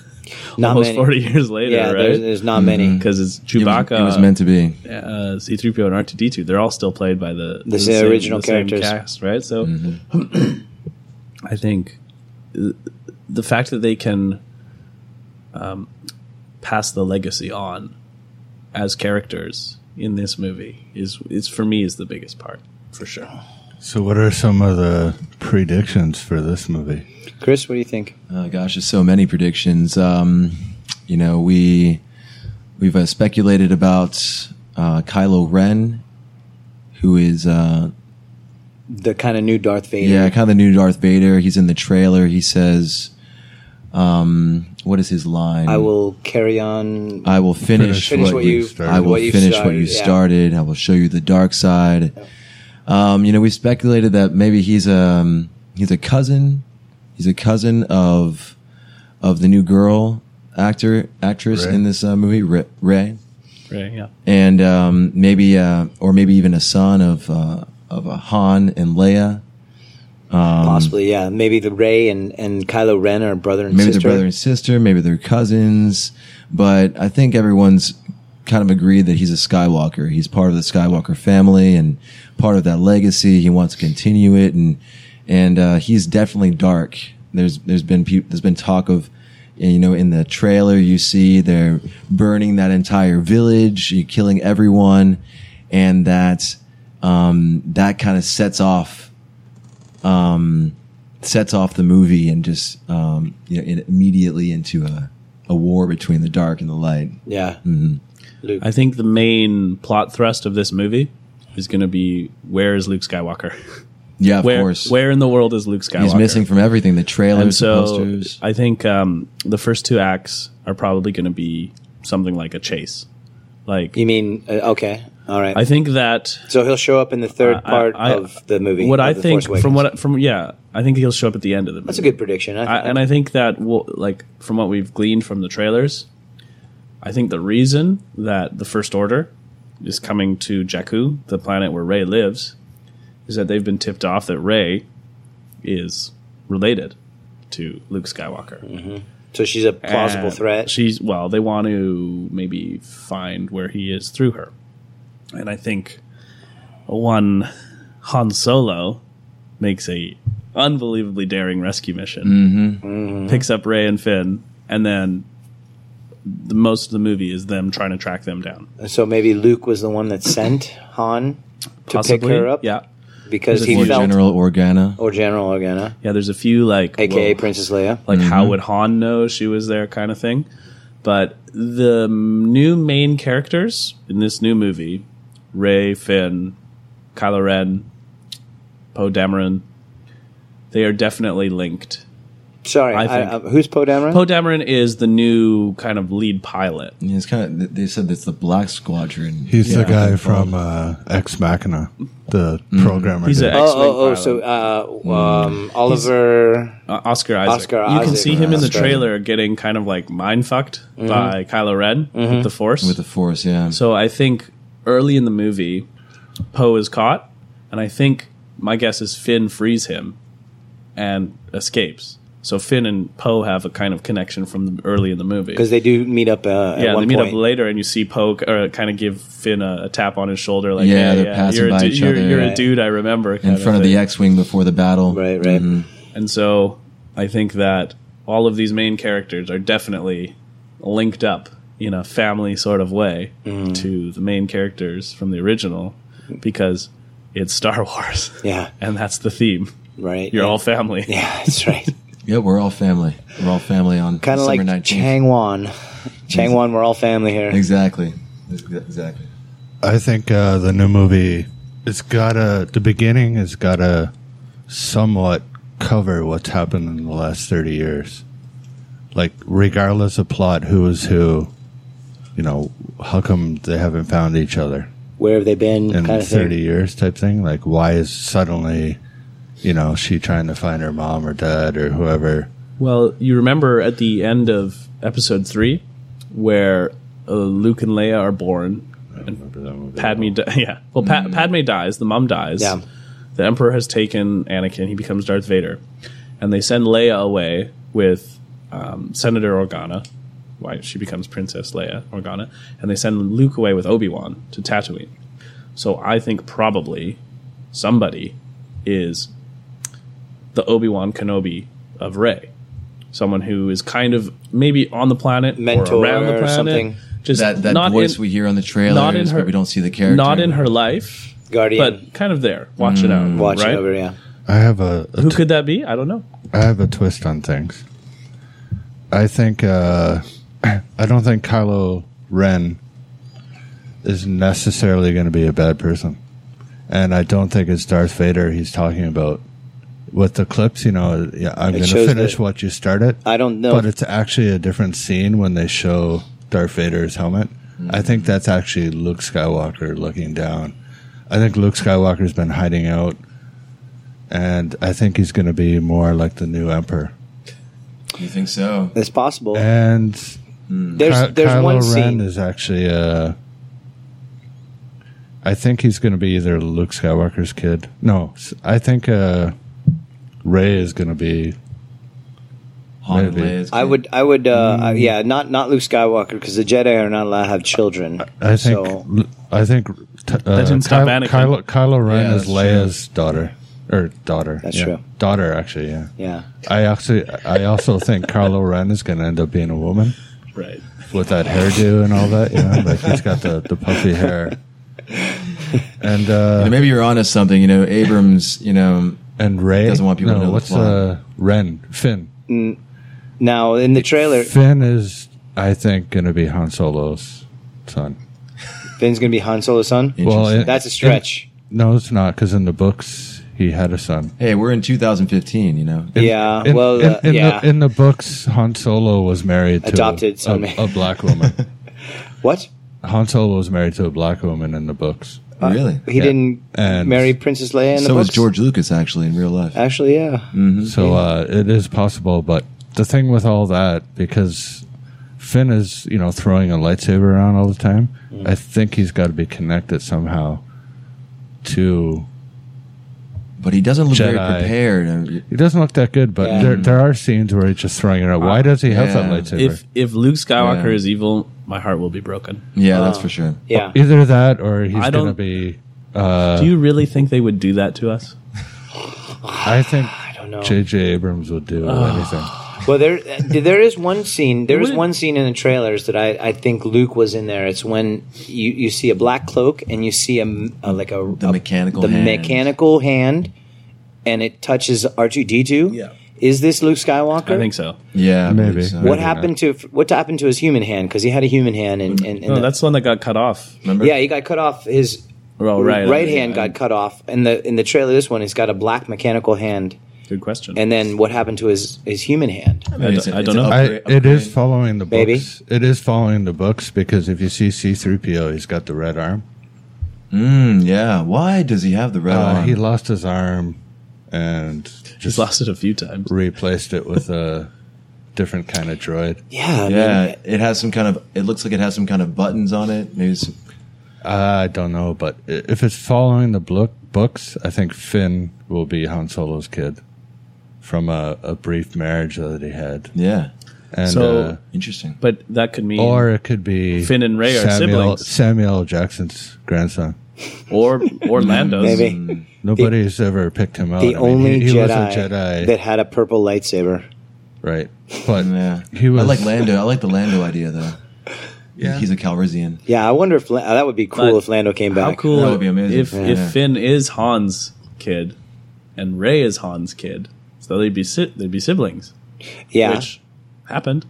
Speaker 3: Not
Speaker 4: Almost 40
Speaker 3: many.
Speaker 4: years later,
Speaker 3: yeah, there's,
Speaker 4: right? Mm-hmm.
Speaker 3: there's not many.
Speaker 4: Because it's
Speaker 5: It was,
Speaker 4: Chewbacca,
Speaker 5: it was meant to be.
Speaker 4: uh, C-3PO and R2D2, they're all still played by the,
Speaker 3: The same- original characters.
Speaker 4: cast, right? So
Speaker 5: Mm-hmm.
Speaker 4: I think uh, the fact that they can um, pass the legacy on as characters in this movie is, is for me is the biggest part for sure.
Speaker 2: So, what are some of the predictions for this movie?
Speaker 3: Chris, what do you think?
Speaker 5: Oh gosh, there's so many predictions. Um, you know, we we've uh, speculated about uh, Kylo Ren, who is uh,
Speaker 3: The kind of new Darth Vader.
Speaker 5: yeah, kind of the new Darth Vader. He's in the trailer. He says, Um, what is his line?
Speaker 3: I will carry on.
Speaker 5: I will finish,
Speaker 3: Finish
Speaker 5: what,
Speaker 3: what
Speaker 5: you.
Speaker 3: you-
Speaker 5: I will
Speaker 3: what you
Speaker 5: finish what
Speaker 3: started,
Speaker 5: you
Speaker 3: yeah.
Speaker 5: started. I will show you the dark side. Um, you know, we speculated that maybe he's um he's a cousin. He's a cousin of of the new girl actor actress
Speaker 2: Ray.
Speaker 5: in this uh, movie, Ray. Ray.
Speaker 4: Right, yeah.
Speaker 5: And um, maybe, uh, or maybe even a son of uh, of a Han and Leia.
Speaker 4: Um,
Speaker 3: possibly, yeah. Maybe the Ray and, and Kylo Ren are brother and
Speaker 5: Maybe
Speaker 3: sister.
Speaker 5: they're brother and sister. Maybe they're cousins. But I think everyone's kind of agreed that he's a Skywalker. He's part of the Skywalker family and part of that legacy. He wants to continue it, and and uh, he's definitely dark. There's there's been peop there's been talk of you know in the trailer you see they're burning that entire village, you're killing everyone, and that um, that kind of sets off sets off the movie and just um, you know it immediately into a, a war between the dark and the light.
Speaker 3: yeah.
Speaker 4: Mm. I think the main plot thrust of this movie is going to be where is Luke Skywalker?
Speaker 5: Yeah, of
Speaker 4: where
Speaker 5: course.
Speaker 4: where in the world is Luke Skywalker?
Speaker 5: He's missing from everything the
Speaker 4: And
Speaker 5: trailers, the
Speaker 4: so
Speaker 5: posters.
Speaker 4: I think um, the first two acts are probably going to be something like a chase. Like
Speaker 3: You mean, uh, okay. All right.
Speaker 4: I think that
Speaker 3: so he'll show up in the third
Speaker 4: I-
Speaker 3: part
Speaker 4: I-
Speaker 3: of the movie.
Speaker 4: what
Speaker 3: of
Speaker 4: I
Speaker 3: The
Speaker 4: think
Speaker 3: Force Awakens.
Speaker 4: from what from yeah, I think he'll show up at the end of the movie.
Speaker 3: That's a good prediction.
Speaker 4: I,
Speaker 3: I,
Speaker 4: and I think that we'll, like from what we've gleaned from the trailers, I think the reason that the First Order is coming to Jakku, the planet where Rey lives, is that they've been tipped off that Rey is related to Luke
Speaker 3: Mm-hmm.
Speaker 4: Skywalker.
Speaker 3: so she's a plausible
Speaker 4: And
Speaker 3: threat.
Speaker 4: She's well, they want to maybe find where he is through her, and I think one Han Solo makes a unbelievably daring rescue mission,
Speaker 3: Mm-hmm.
Speaker 4: picks up Ray and Finn, and then the most of the movie is them trying to track them down.
Speaker 3: so maybe Luke was the one that sent Han to pick her up
Speaker 4: yeah,
Speaker 3: because he
Speaker 5: or
Speaker 3: felt
Speaker 5: General Organa.
Speaker 3: or General Organa,
Speaker 4: yeah. There's a few like
Speaker 3: aka
Speaker 4: well,
Speaker 3: Princess Leia.
Speaker 4: like how would Han know she was there kind of thing. But the m- new main characters in this new movie, Ray, Finn, Kylo Ren, Poe Dameron, they are definitely linked.
Speaker 3: Sorry,
Speaker 4: I
Speaker 3: I
Speaker 4: think-
Speaker 3: uh, who's Poe Dameron?
Speaker 4: Poe Dameron is the new kind of lead pilot.
Speaker 5: Yeah, It's kind of they said it's the Black Squadron.
Speaker 2: He's
Speaker 5: Yeah.
Speaker 2: the guy from uh, Ex Machina, the programmer.
Speaker 4: He's
Speaker 2: dude.
Speaker 4: an
Speaker 3: oh,
Speaker 4: X-wing
Speaker 3: oh, oh,
Speaker 4: pilot.
Speaker 3: so
Speaker 4: Hmm.
Speaker 3: uh, um, Oliver.
Speaker 4: Uh, Oscar Isaac.
Speaker 3: Oscar
Speaker 4: you can
Speaker 3: Isaac. Mm-hmm.
Speaker 4: see him in the
Speaker 3: Oscar.
Speaker 4: trailer getting kind of like mind fucked by Kylo Ren
Speaker 3: Mm-hmm.
Speaker 4: with the Force.
Speaker 5: with the Force. Yeah,
Speaker 4: So I think early in the movie, Poe is caught, and I think my guess is Finn frees him and escapes. So Finn and Poe have a kind of connection from the, early in the movie.
Speaker 3: Because they do meet up uh, at
Speaker 4: Yeah, they
Speaker 3: one
Speaker 4: meet
Speaker 3: point.
Speaker 4: up later, and you see Poe uh, kind of give Finn a, a tap on his shoulder, like,
Speaker 5: Yeah,
Speaker 4: "Yeah,
Speaker 5: they're
Speaker 4: yeah,
Speaker 5: passing
Speaker 4: you're, a
Speaker 5: by
Speaker 4: du-
Speaker 5: each
Speaker 4: you're,
Speaker 5: other.
Speaker 4: you're a
Speaker 3: Right.
Speaker 4: dude I remember."
Speaker 5: in front of the X-wing before the battle. Mm-hmm.
Speaker 3: Right, right.
Speaker 4: and so I think that all of these main characters are definitely linked up in a family sort of way
Speaker 3: Mm.
Speaker 4: to the main characters from the original because it's Star Wars.
Speaker 3: Yeah,
Speaker 4: And that's the theme.
Speaker 3: right.
Speaker 4: You're
Speaker 3: yeah.
Speaker 4: all family.
Speaker 3: Yeah, that's right.
Speaker 5: Yeah, we're all family. We're all family on
Speaker 3: Kind of
Speaker 5: December
Speaker 3: like
Speaker 5: 19th.
Speaker 3: Chang Wan. Chang Wan, we're all family here.
Speaker 5: Exactly. Exactly.
Speaker 2: I think uh, the new movie it's gotta the beginning has gotta somewhat cover what's happened in the last thirty years. Like regardless of plot, who is who, you know, how come they haven't found each other
Speaker 3: Where have they been?
Speaker 2: in
Speaker 3: kind of
Speaker 2: thirty
Speaker 3: thing.
Speaker 2: years type thing? Like why is suddenly you know, she trying to find her mom or dad or whoever.
Speaker 4: Well, you remember at the end of episode three where uh, Luke and Leia are born. Padme, di- yeah. Well, pa- Padme dies. The mom dies.
Speaker 3: Hmm. Yeah.
Speaker 4: The Emperor has taken Anakin. He becomes Darth Vader, and they send Leia away with um, Senator Organa. Why she becomes Princess Leia Organa, and they send Luke away with Obi Wan to Tatooine. So I think probably somebody is the Obi Wan Kenobi of Rey, someone who is kind of maybe on the planet,
Speaker 3: Mentor
Speaker 4: or around the
Speaker 3: or
Speaker 4: planet,
Speaker 3: something.
Speaker 4: Just
Speaker 5: That that
Speaker 4: not
Speaker 5: voice
Speaker 4: in,
Speaker 5: we hear on the trailer,
Speaker 4: not in her-
Speaker 5: but we don't see the character.
Speaker 4: not in her life,
Speaker 3: Guardian.
Speaker 4: but kind of there, watching out,
Speaker 3: watching
Speaker 4: right?
Speaker 3: over, yeah.
Speaker 2: I have a, a
Speaker 4: Who could that be? I don't know.
Speaker 2: I have a twist on things. I think uh, I don't think Kylo Ren is necessarily going to be a bad person, and I don't think it's Darth Vader he's talking about. with the clips, you know, yeah, I'm going to
Speaker 3: shows
Speaker 2: finish
Speaker 3: the-
Speaker 2: what you started.
Speaker 3: I don't know.
Speaker 2: But it's actually a different scene when they show Darth Vader's helmet. I
Speaker 3: Mm.
Speaker 2: think that's actually Luke Skywalker looking down. I think Luke Skywalker's been hiding out, and I think he's going to be more like the new Emperor.
Speaker 5: You think so?
Speaker 3: It's possible.
Speaker 2: And
Speaker 3: There's
Speaker 2: Ky-
Speaker 3: there's
Speaker 2: Kylo
Speaker 3: one
Speaker 2: Ren
Speaker 3: scene.
Speaker 2: is actually. Uh, I think he's going to be either Luke Skywalker's kid. No, s- I think uh, Ray is going to be
Speaker 5: Han and
Speaker 2: Maybe.
Speaker 5: Leia's
Speaker 3: I would I would uh,
Speaker 2: Mm.
Speaker 3: I- yeah not not Luke Skywalker because the Jedi are not allowed to have children.
Speaker 2: I think.
Speaker 3: so,
Speaker 2: I think. t- Uh,
Speaker 4: didn't stop
Speaker 2: Kylo,
Speaker 4: Anakin.
Speaker 2: Kylo, Kylo Ren
Speaker 5: Yeah,
Speaker 2: is
Speaker 5: that's true.
Speaker 2: Leia's daughter, or daughter.
Speaker 3: That's
Speaker 2: yeah.
Speaker 3: true.
Speaker 2: Daughter, actually, yeah.
Speaker 3: yeah.
Speaker 2: I actually, I also think Kylo Ren is going to end up being a woman
Speaker 4: Right.
Speaker 2: with that hairdo and all that. You know, like he's got the the puffy hair. And uh,
Speaker 5: And maybe you're onto something. You know, Abrams. You know,
Speaker 2: and Ray
Speaker 5: Doesn't want people to know the
Speaker 2: what's
Speaker 5: plot.
Speaker 2: uh, Ren Finn.
Speaker 3: Now in the trailer,
Speaker 2: Finn is, I think, going to be Han Solo's son.
Speaker 3: Finn's gonna be Han Solo's son.
Speaker 2: Well,
Speaker 5: Interesting.
Speaker 2: it-
Speaker 3: That's a stretch.
Speaker 2: No, it's not because in the books he had a son.
Speaker 5: hey, we're in 2015. You know,
Speaker 2: In-
Speaker 3: yeah.
Speaker 2: in-
Speaker 3: well,
Speaker 2: in,
Speaker 3: uh,
Speaker 2: in
Speaker 3: yeah.
Speaker 2: The, in the books, Han Solo was married to
Speaker 3: Adopted
Speaker 2: a,
Speaker 3: some-
Speaker 2: a, black woman.
Speaker 3: what?
Speaker 2: Han Solo was married to a black woman in the books.
Speaker 5: really.
Speaker 3: He didn't
Speaker 2: And-
Speaker 3: marry Princess Leia in the
Speaker 5: So was
Speaker 3: books. Uh,
Speaker 5: George Lucas actually in real life.
Speaker 3: Actually, yeah.
Speaker 2: So uh, it is possible, but the thing with all that because Finn is you know throwing a lightsaber around all the time.
Speaker 3: Mm-hmm.
Speaker 2: I think he's got to be connected somehow to
Speaker 5: But he doesn't look very
Speaker 2: Jedi.
Speaker 5: prepared. I mean,
Speaker 2: He doesn't look that good, but
Speaker 3: Yeah. Uh,
Speaker 2: there there are scenes where he's just throwing it out. Why does he have that
Speaker 5: Yeah.
Speaker 2: lightsaber?
Speaker 4: If if Luke Skywalker
Speaker 5: Yeah.
Speaker 4: is evil, my heart will be broken.
Speaker 5: Yeah, that's
Speaker 3: Oh.
Speaker 5: for sure.
Speaker 3: Yeah.
Speaker 2: Either that, or he's
Speaker 4: I
Speaker 2: going to
Speaker 4: don't-
Speaker 2: be.
Speaker 3: Uh.
Speaker 4: Do you really think they would do that to us?
Speaker 2: I think
Speaker 3: don't know.
Speaker 2: J.J. Abrams would do anything.
Speaker 3: Well, there uh, there is one scene. There is
Speaker 4: What-
Speaker 3: one scene in the trailers that I, I think Luke was in there. It's when you, you see a black cloak and you see a, m- a- like a
Speaker 5: The
Speaker 3: a-
Speaker 5: mechanical
Speaker 3: the
Speaker 5: hand.
Speaker 3: mechanical hand, and it touches R two D two.
Speaker 5: Yeah.
Speaker 3: Is this Luke Skywalker?
Speaker 4: I think so.
Speaker 5: Yeah, I believe
Speaker 2: Maybe.
Speaker 5: so.
Speaker 3: What
Speaker 2: Maybe
Speaker 3: happened to what happened to his human hand? Because he had a human hand, and, and, and
Speaker 4: No,
Speaker 3: the-
Speaker 4: Oh, that's the one that got cut off.
Speaker 5: Remember?
Speaker 3: yeah, he got cut off. His
Speaker 5: Oh,
Speaker 4: Well,
Speaker 3: right,
Speaker 4: right,
Speaker 3: hand
Speaker 4: I-
Speaker 3: got cut off, and the in the trailer, this one, he's got a black mechanical hand.
Speaker 4: Good question.
Speaker 3: And then what happened to his his human hand?
Speaker 4: I
Speaker 5: It's
Speaker 4: don't-
Speaker 5: a-
Speaker 4: I
Speaker 5: it's
Speaker 4: don't
Speaker 5: a
Speaker 4: know.
Speaker 2: I,
Speaker 5: upgrade-
Speaker 2: it is
Speaker 5: upgrade.
Speaker 2: following the
Speaker 3: Maybe.
Speaker 2: books. It is following the books because if you see C-3PO, he's got the red arm.
Speaker 5: Mm, yeah. Why does he have the red
Speaker 2: Uh,
Speaker 5: arm?
Speaker 2: he lost his arm and
Speaker 4: He's
Speaker 2: just
Speaker 4: lost it a few times.
Speaker 2: replaced it with a different kind of droid.
Speaker 3: Yeah, I mean,
Speaker 5: yeah, it has some kind of. It looks like it has some kind of buttons on it. Maybe some,
Speaker 2: I don't know, but i- if it's following the book books, I think Finn will be Han Solo's kid from a, a brief marriage that he had,
Speaker 5: yeah,
Speaker 2: and
Speaker 4: So-
Speaker 2: uh,
Speaker 5: interesting.
Speaker 4: But that could mean
Speaker 2: or it could be
Speaker 4: Finn and Rey are
Speaker 2: Samuel,
Speaker 4: siblings.
Speaker 2: Samuel L. Jackson's grandson.
Speaker 4: or or Lando's.
Speaker 3: maybe
Speaker 2: Nobody's ever picked him out.
Speaker 3: the
Speaker 2: I mean,
Speaker 3: only
Speaker 2: he, he was
Speaker 3: Jedi,
Speaker 2: a Jedi,
Speaker 3: that had a purple lightsaber.
Speaker 2: right? But
Speaker 5: Yeah,
Speaker 2: he was
Speaker 5: I like Lando. I like the Lando idea though. Yeah, he's a Calrissian.
Speaker 3: Yeah, I wonder if La- that would be cool
Speaker 4: But
Speaker 3: if Lando came
Speaker 4: How
Speaker 3: back.
Speaker 4: cool
Speaker 5: That would be amazing.
Speaker 4: if
Speaker 5: Yeah.
Speaker 4: if Finn is Han's kid, and Ray is Han's kid. So they'd be si- they'd be siblings,
Speaker 3: Yeah,
Speaker 4: which happened.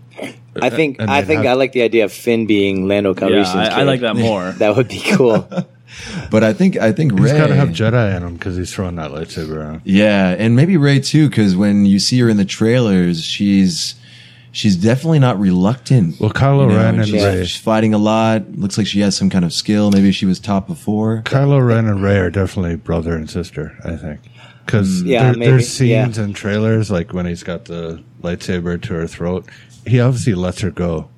Speaker 3: I think
Speaker 2: and
Speaker 3: I
Speaker 2: they'd
Speaker 3: think
Speaker 2: have-
Speaker 3: I like the idea of Finn being Lando
Speaker 4: Yeah,
Speaker 3: Calrissian's
Speaker 4: I, I
Speaker 3: kid.
Speaker 4: like that more.
Speaker 3: That would be cool.
Speaker 5: But I think I think
Speaker 2: He's
Speaker 5: Ray.
Speaker 2: got to have Jedi in him because he's throwing that lightsaber around.
Speaker 5: yeah, and maybe Ray too, because when you see her in the trailers, she's she's definitely not reluctant.
Speaker 2: Well, Kylo
Speaker 5: you know,
Speaker 2: Ren and
Speaker 5: she's,
Speaker 2: Rey-
Speaker 5: she's fighting a lot. Looks like she has some kind of skill. Maybe she was top before.
Speaker 2: Kylo Ren and Ray are definitely brother and sister, I think.
Speaker 5: Mm.
Speaker 2: Because
Speaker 3: Yeah, maybe,
Speaker 2: there's scenes
Speaker 3: yeah.
Speaker 2: and trailers, like when he's got the lightsaber to her throat, he obviously lets her go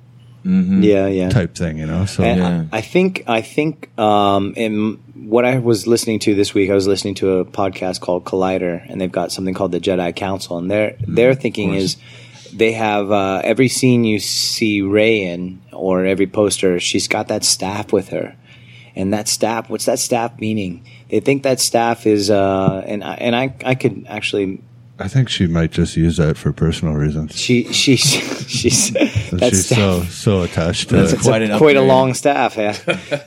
Speaker 2: Mm.
Speaker 3: yeah, yeah.
Speaker 2: type thing, you know? So
Speaker 3: And
Speaker 5: Yeah.
Speaker 3: I, I think I think um, in what I was listening to this week, I was listening to a podcast called Collider, and they've got something called the Jedi Council, and their their thinking is they have uh, every scene you see Ray in or every poster, she's got that staff with her. And that staff, what's that staff meaning? They think that staff is, uh, and I, and I, I could actually
Speaker 2: I think she might just use that for personal reasons.
Speaker 3: she she she's
Speaker 2: And
Speaker 3: that
Speaker 2: she's
Speaker 3: staff
Speaker 2: so, so attached to
Speaker 5: That's
Speaker 2: it.
Speaker 5: a- Quite an
Speaker 3: quite a
Speaker 5: upgrade.
Speaker 3: long staff. Yeah,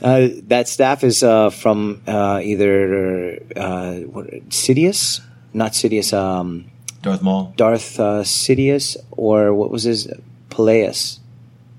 Speaker 3: uh, that staff is uh, from uh, either uh, what, Sidious, not Sidious, um,
Speaker 5: Darth Maul.
Speaker 3: Darth uh, Sidious, or what was his Peleus?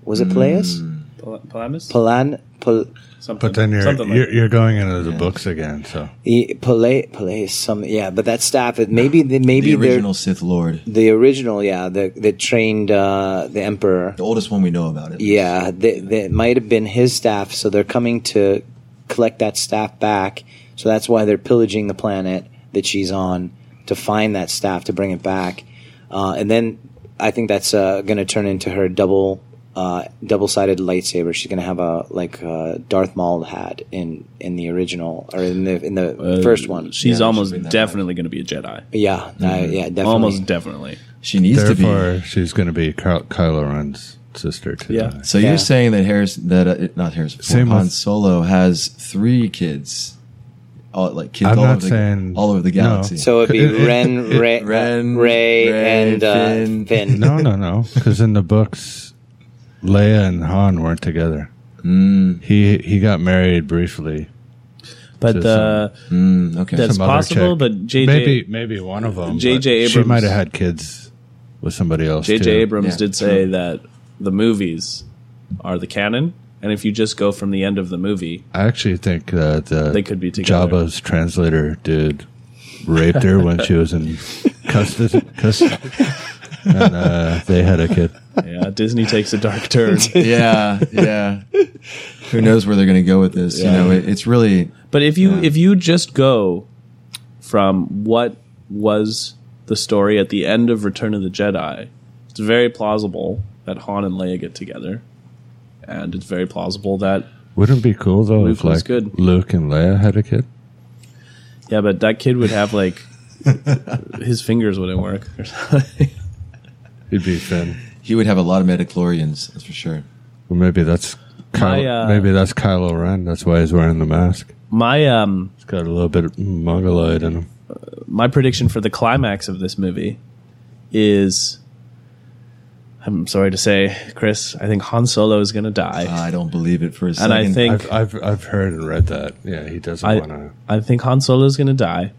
Speaker 3: Was it Peleus?
Speaker 5: Hmm.
Speaker 4: Pal- Palamas?
Speaker 3: Palan Pal-
Speaker 4: Something,
Speaker 2: But then you're
Speaker 4: something like
Speaker 2: you're, you're going into the books again. So
Speaker 3: e- Pala- Palais, some yeah, but that staff. It maybe the, maybe
Speaker 5: The
Speaker 3: they're-
Speaker 5: original Sith Lord,
Speaker 3: the original, yeah, the the trained uh, the emperor.
Speaker 5: the oldest one we know about it.
Speaker 3: Yeah, they, they, it might have been his staff, so they're coming to collect that staff back. So that's why they're pillaging the planet that she's on to find that staff to bring it back. Uh, and then I think that's uh, going to turn into her double uh, double sided lightsaber. She's going to have a like uh, Darth Maul had in in the original or in the in the first one.
Speaker 4: Uh, She's
Speaker 5: Yeah,
Speaker 4: almost
Speaker 5: should be that
Speaker 4: definitely going to be a Jedi.
Speaker 3: yeah, I- yeah, definitely.
Speaker 4: Almost definitely.
Speaker 5: she needs to be.
Speaker 2: therefore, she's going to be Ky- Kylo Ren's sister to
Speaker 4: Yeah.
Speaker 2: die.
Speaker 5: So
Speaker 3: Yeah.
Speaker 5: you're saying that Harrison, that uh, not Harrison, Ford,
Speaker 2: Same
Speaker 5: Han
Speaker 2: with-
Speaker 5: Solo has three kids, all like kids
Speaker 2: I'm
Speaker 5: all,
Speaker 2: not
Speaker 5: over
Speaker 2: saying
Speaker 5: the, all over the
Speaker 2: no.
Speaker 5: galaxy.
Speaker 3: So it'd be
Speaker 2: It- it-
Speaker 3: Ren,
Speaker 2: it-
Speaker 3: Ray,
Speaker 5: Ren,
Speaker 3: Ray,
Speaker 5: Ray,
Speaker 3: and uh, Finn.
Speaker 5: Finn.
Speaker 2: no, no, no. Because in the books, Leia and Han weren't together.
Speaker 4: Mm.
Speaker 2: He he got married briefly.
Speaker 4: But the
Speaker 5: Mm, okay,
Speaker 4: That's-
Speaker 2: Some other
Speaker 4: possible,
Speaker 2: chick.
Speaker 4: but JJ
Speaker 2: maybe maybe one of them.
Speaker 4: JJ
Speaker 2: but She
Speaker 4: Abrams-
Speaker 2: might have had kids with somebody else.
Speaker 4: J.J.
Speaker 2: too.
Speaker 4: Abrams
Speaker 5: Yeah,
Speaker 4: did say that the movies are the canon, and if you just go from the end of the movie,
Speaker 2: I actually think uh, the
Speaker 4: They could be together.
Speaker 2: Jabba's translator dude raped her when she was in custody, custody and uh, they had a kid.
Speaker 4: yeah, Disney takes a dark turn.
Speaker 5: yeah, yeah. Who knows where they're going to go with this?
Speaker 4: Yeah.
Speaker 5: You know, it, it's really
Speaker 4: But if you
Speaker 5: Yeah.
Speaker 4: if you just go from what was the story at the end of Return of the Jedi, it's very plausible that Han and Leia get together, and it's very plausible that
Speaker 2: Wouldn't it be cool though
Speaker 4: Luke
Speaker 2: if
Speaker 4: was
Speaker 2: like
Speaker 4: good.
Speaker 2: Luke and Leia had a kid?
Speaker 4: yeah, but that kid would have like his fingers wouldn't work or something.
Speaker 2: It'd be Finn.
Speaker 5: he would have a lot of metachlorians, that's for sure.
Speaker 2: Well, maybe that's Kylo,
Speaker 4: My, uh,
Speaker 2: maybe that's Kylo Ren. That's why he's wearing the mask.
Speaker 4: My um
Speaker 2: He's got a little bit of mongoloid in him.
Speaker 4: my prediction for the climax of this movie is. I'm sorry to say, Chris. I think Han Solo is going to die,
Speaker 5: Uh, I don't believe it for a
Speaker 4: and
Speaker 5: second.
Speaker 4: I think
Speaker 2: I've, I've I've heard and read that. Yeah, he doesn't want
Speaker 4: I,
Speaker 2: to.
Speaker 4: I think Han Solo is going to die.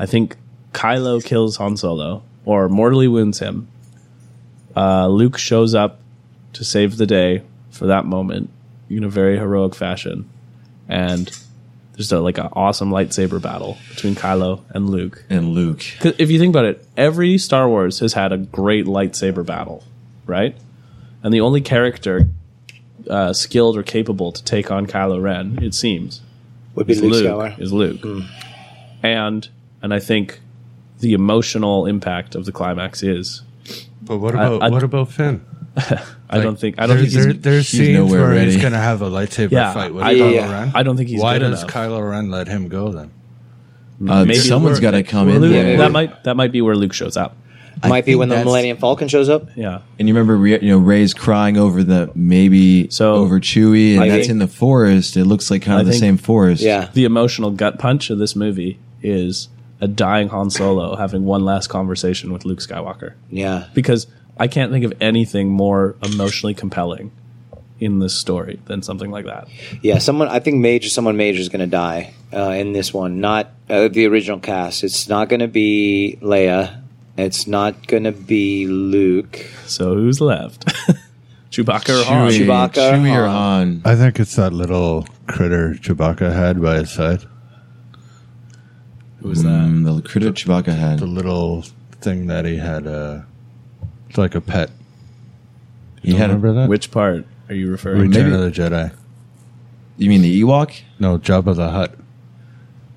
Speaker 4: I think Kylo kills Han Solo or mortally wounds him. Uh, Luke shows up to save the day for that moment in a very heroic fashion, and there's a, like an awesome lightsaber battle between Kylo and Luke.
Speaker 5: Uh, and Luke.
Speaker 4: 'Cause if you think about it, every Star Wars has had a great lightsaber battle, right? And the only character uh, skilled or capable to take on Kylo Ren, it seems,
Speaker 3: would be
Speaker 4: is
Speaker 3: Luke,
Speaker 4: Luke,
Speaker 3: Skywalker.
Speaker 4: is Luke. And and I think the emotional impact of the climax is
Speaker 2: But what about
Speaker 4: I-
Speaker 2: what about Finn?
Speaker 4: I don't think I
Speaker 2: There-
Speaker 4: don't think he's,
Speaker 2: there- there's
Speaker 5: he's
Speaker 2: scenes
Speaker 5: nowhere
Speaker 2: where
Speaker 5: ready.
Speaker 2: he's going to have a lightsaber
Speaker 4: Yeah,
Speaker 2: fight with
Speaker 4: I-
Speaker 2: Kylo
Speaker 3: yeah,
Speaker 2: Ren.
Speaker 4: I don't think he's
Speaker 2: Why
Speaker 4: good
Speaker 2: does
Speaker 4: enough.
Speaker 2: Kylo Ren let him go then?
Speaker 5: Uh,
Speaker 4: Maybe
Speaker 5: someone's
Speaker 4: we're-
Speaker 5: got to come
Speaker 4: Well,
Speaker 5: in
Speaker 4: Luke-
Speaker 5: there.
Speaker 4: that might that might be where Luke shows up.
Speaker 5: I
Speaker 3: Might be
Speaker 5: think
Speaker 3: when the
Speaker 5: that's-
Speaker 3: Millennium Falcon shows up.
Speaker 4: Yeah.
Speaker 5: And you remember, Rhea- you know, Ray's crying over the maybe
Speaker 4: So-
Speaker 5: over Chewie, and
Speaker 3: I
Speaker 5: that's
Speaker 3: think-
Speaker 5: in the forest. It looks like kind
Speaker 4: I
Speaker 5: of the
Speaker 4: think-
Speaker 5: same forest.
Speaker 3: Yeah.
Speaker 4: The emotional gut punch of this movie is a dying Han Solo having one last conversation with Luke Skywalker.
Speaker 3: Yeah.
Speaker 4: Because I can't think of anything more emotionally compelling in this story than something like that.
Speaker 3: Yeah, someone. I think major. Someone major is going to die uh, in this one. Not uh, the original cast. It's not going to be Leia. It's not going to be Luke.
Speaker 4: So who's left? Chewbacca or Han?
Speaker 5: Chewie,
Speaker 3: Chewbacca,
Speaker 5: Chewie or Han.
Speaker 3: Han.
Speaker 2: I think it's that little critter Chewbacca had by his side.
Speaker 4: Who was that?
Speaker 5: Mm, the critter Chewbacca
Speaker 2: The
Speaker 5: had.
Speaker 2: little thing that he had. Uh, it's like a pet.
Speaker 5: He
Speaker 2: You
Speaker 5: had.
Speaker 2: remember
Speaker 5: A,
Speaker 2: that?
Speaker 4: Which part are you referring to?
Speaker 2: Return
Speaker 5: maybe-
Speaker 2: of the Jedi.
Speaker 5: you mean the Ewok?
Speaker 2: No, Jabba the Hutt.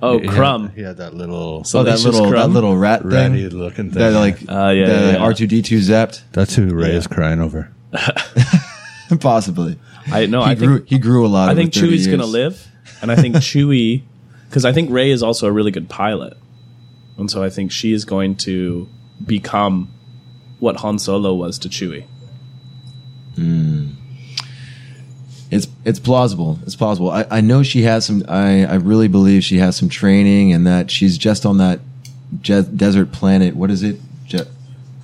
Speaker 4: Oh,
Speaker 2: He had-
Speaker 4: Crumb.
Speaker 2: He had that little
Speaker 5: Oh, that
Speaker 4: Salacious
Speaker 5: little that
Speaker 4: Crumb?
Speaker 5: little rat
Speaker 2: ratty
Speaker 5: thing.
Speaker 2: looking thing.
Speaker 5: That like
Speaker 4: Ah, yeah,
Speaker 5: the
Speaker 4: yeah, yeah.
Speaker 5: R two D two zapped.
Speaker 2: That's who Ray is crying over.
Speaker 5: Possibly.
Speaker 4: I no,
Speaker 5: he
Speaker 4: I
Speaker 5: grew.
Speaker 4: think
Speaker 5: he grew a lot.
Speaker 4: I
Speaker 5: over
Speaker 4: think
Speaker 5: 30
Speaker 4: Chewie's gonna
Speaker 5: years.
Speaker 4: live, and I think Chewie, because I think Ray is also a really good pilot, and so I think she is going to become what Han Solo was to Chewie.
Speaker 5: It's it's plausible. It's plausible. I, I know she has some. I, I really believe she has some training, and that she's just on that je- desert planet. What is it? Je-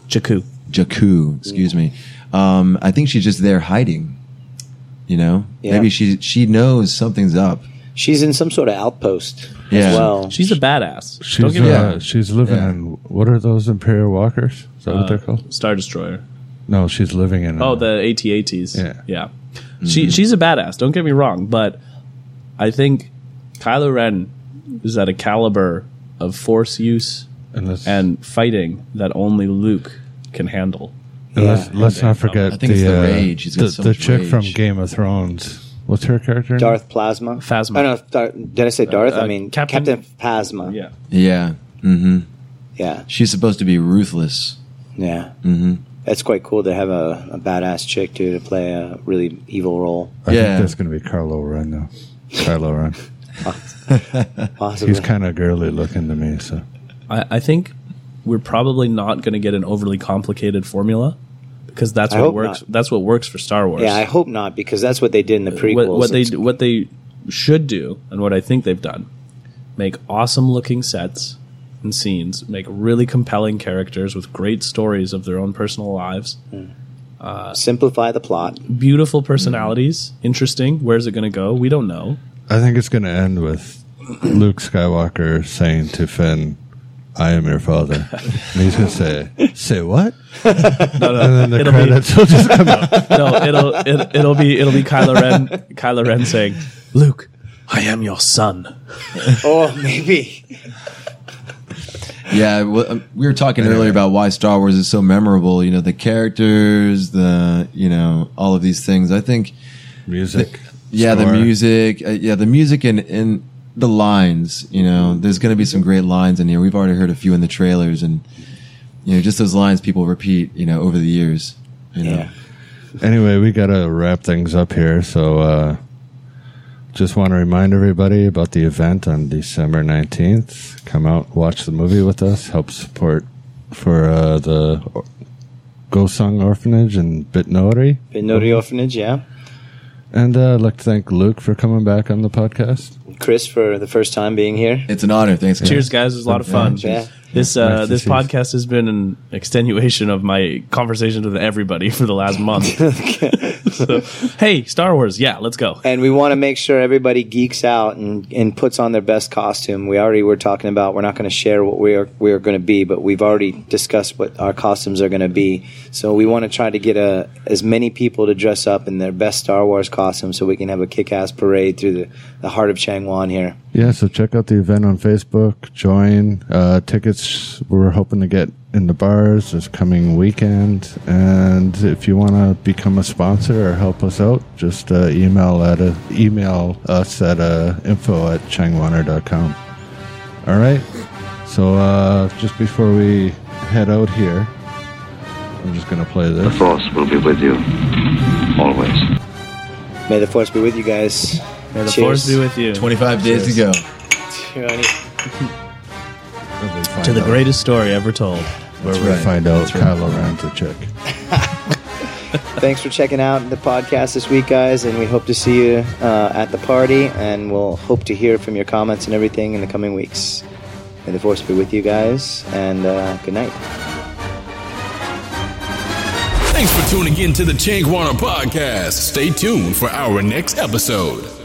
Speaker 4: Jakku.
Speaker 5: Jakku. Excuse me. Um, I think she's just there hiding. You know,
Speaker 3: Yeah.
Speaker 5: maybe she she knows something's up.
Speaker 3: She's in some sort of outpost as
Speaker 5: Yeah.
Speaker 3: well.
Speaker 4: She's a badass.
Speaker 2: She's,
Speaker 4: Don't give her
Speaker 2: uh,
Speaker 5: Yeah.
Speaker 2: she's living
Speaker 5: Yeah.
Speaker 2: in what are those Imperial Walkers? Is that what they're called?
Speaker 4: Star Destroyer.
Speaker 2: No, she's living in.
Speaker 4: Uh,
Speaker 2: uh,
Speaker 4: Oh,
Speaker 2: a-
Speaker 4: the AT-ATs.
Speaker 2: Yeah.
Speaker 4: yeah. She she's a badass. Don't get me wrong, but I think Kylo Ren is at a caliber of force use
Speaker 2: And let's,
Speaker 4: and fighting that only Luke can handle.
Speaker 2: and let's,
Speaker 3: Yeah.
Speaker 2: let's not forget
Speaker 5: I think it's
Speaker 2: the,
Speaker 5: the
Speaker 2: uh,
Speaker 5: rage. He's got
Speaker 2: the,
Speaker 5: so
Speaker 2: the
Speaker 5: much
Speaker 2: chick from
Speaker 5: rage.
Speaker 2: Game of Thrones. What's her character?
Speaker 3: Darth Plasma.
Speaker 4: Phasma. Uh,
Speaker 3: Oh, no, Dar- did I say Darth? I mean
Speaker 4: Captain-
Speaker 3: Captain, Phasma.
Speaker 4: Yeah.
Speaker 5: Yeah. hmm
Speaker 3: yeah,
Speaker 5: She's supposed to be ruthless.
Speaker 3: yeah. Mm-hmm. That's quite cool to have a, a badass chick too to play a really evil role.
Speaker 2: I
Speaker 5: yeah.
Speaker 2: think that's going to be Carlo Ren, though. Carlo Ren.
Speaker 3: Possibly.
Speaker 2: He's kind of girly looking to me, so.
Speaker 4: I, I think we're probably not going to get an overly complicated formula because that's
Speaker 3: I
Speaker 4: what
Speaker 3: hope
Speaker 4: works.
Speaker 3: not.
Speaker 4: That's what works for Star Wars.
Speaker 3: yeah, I hope not because that's what they did in the prequels.
Speaker 4: what, what they
Speaker 3: It's-
Speaker 4: do- what they should do and what I think they've done make awesome looking sets and scenes, make really compelling characters with great stories of their own personal lives,
Speaker 3: simplify the plot.
Speaker 4: beautiful personalities, interesting. Where's it going to go? We don't know.
Speaker 2: I think it's going to end with Luke Skywalker saying to Finn, I am your father. And he's going to say, Say what? and then the
Speaker 4: it'll be-
Speaker 2: credits will just come out.
Speaker 4: No, it'll it, it'll be it'll be Kylo Ren Kylo Ren saying, "Luke, I am your son."
Speaker 3: Oh, maybe.
Speaker 5: Yeah, well, um, we were talking earlier about why Star Wars is so memorable. You know, the characters, the you know, all of these things. I think,
Speaker 2: Music.
Speaker 5: yeah,
Speaker 2: score.
Speaker 5: the music, uh, yeah, the music and and the lines. You know, there's going to be some great lines in here. We've already heard a few in the trailers, and you know, just those lines people repeat. You know, over the years. You know?
Speaker 3: Yeah.
Speaker 2: Anyway, we got to wrap things up here. So, uh, just want to remind everybody about the event on December 19th. Come out, watch the movie with us, help support for uh, the Or- Gosung Orphanage in Bitnori.
Speaker 3: Benori Orphanage, yeah.
Speaker 2: And uh, I'd like to thank Luke for coming back on the podcast.
Speaker 3: Chris for the first time being here.
Speaker 5: It's an honor. Thanks. guys.
Speaker 4: Cheers, guys! It was a lot of fun.
Speaker 3: cheers.
Speaker 4: This uh,
Speaker 2: Nice to
Speaker 4: this
Speaker 2: see you.
Speaker 4: podcast has been an extenuation of my conversations with everybody for the last month. So, hey, Star Wars, yeah, let's go.
Speaker 3: And we want to make sure everybody geeks out and, and puts on their best costume. We already were talking about we're not going to share what we are we are going to be, but we've already discussed what our costumes are going to be. So we want to try to get a, as many people to dress up in their best Star Wars costume, so we can have a kick-ass parade through the, the heart of Changwon here.
Speaker 2: Yeah, so check out the event on Facebook. Join. Uh, tickets we're hoping to get in the bars this coming weekend. And if you want to become a sponsor or help us out, just uh, email at uh email us at uh, info at changwaner.com. All right. So uh, just before we head out here, I'm just going to play
Speaker 6: The
Speaker 2: this.
Speaker 6: Force will be with you. Always.
Speaker 3: May the force be with you guys.
Speaker 4: May the force be with you.
Speaker 5: Twenty-five days to go.
Speaker 4: to the greatest story ever told.
Speaker 2: Where we
Speaker 5: right.
Speaker 2: find out Kylo Ren's a chick.
Speaker 3: Thanks for checking out the podcast this week, guys, and we hope to see you uh, at the party, and we'll hope to hear from your comments and everything in the coming weeks. May the force be with you guys, and uh, good night.
Speaker 1: Thanks for tuning in to the Changwana Podcast. Stay tuned for our next episode.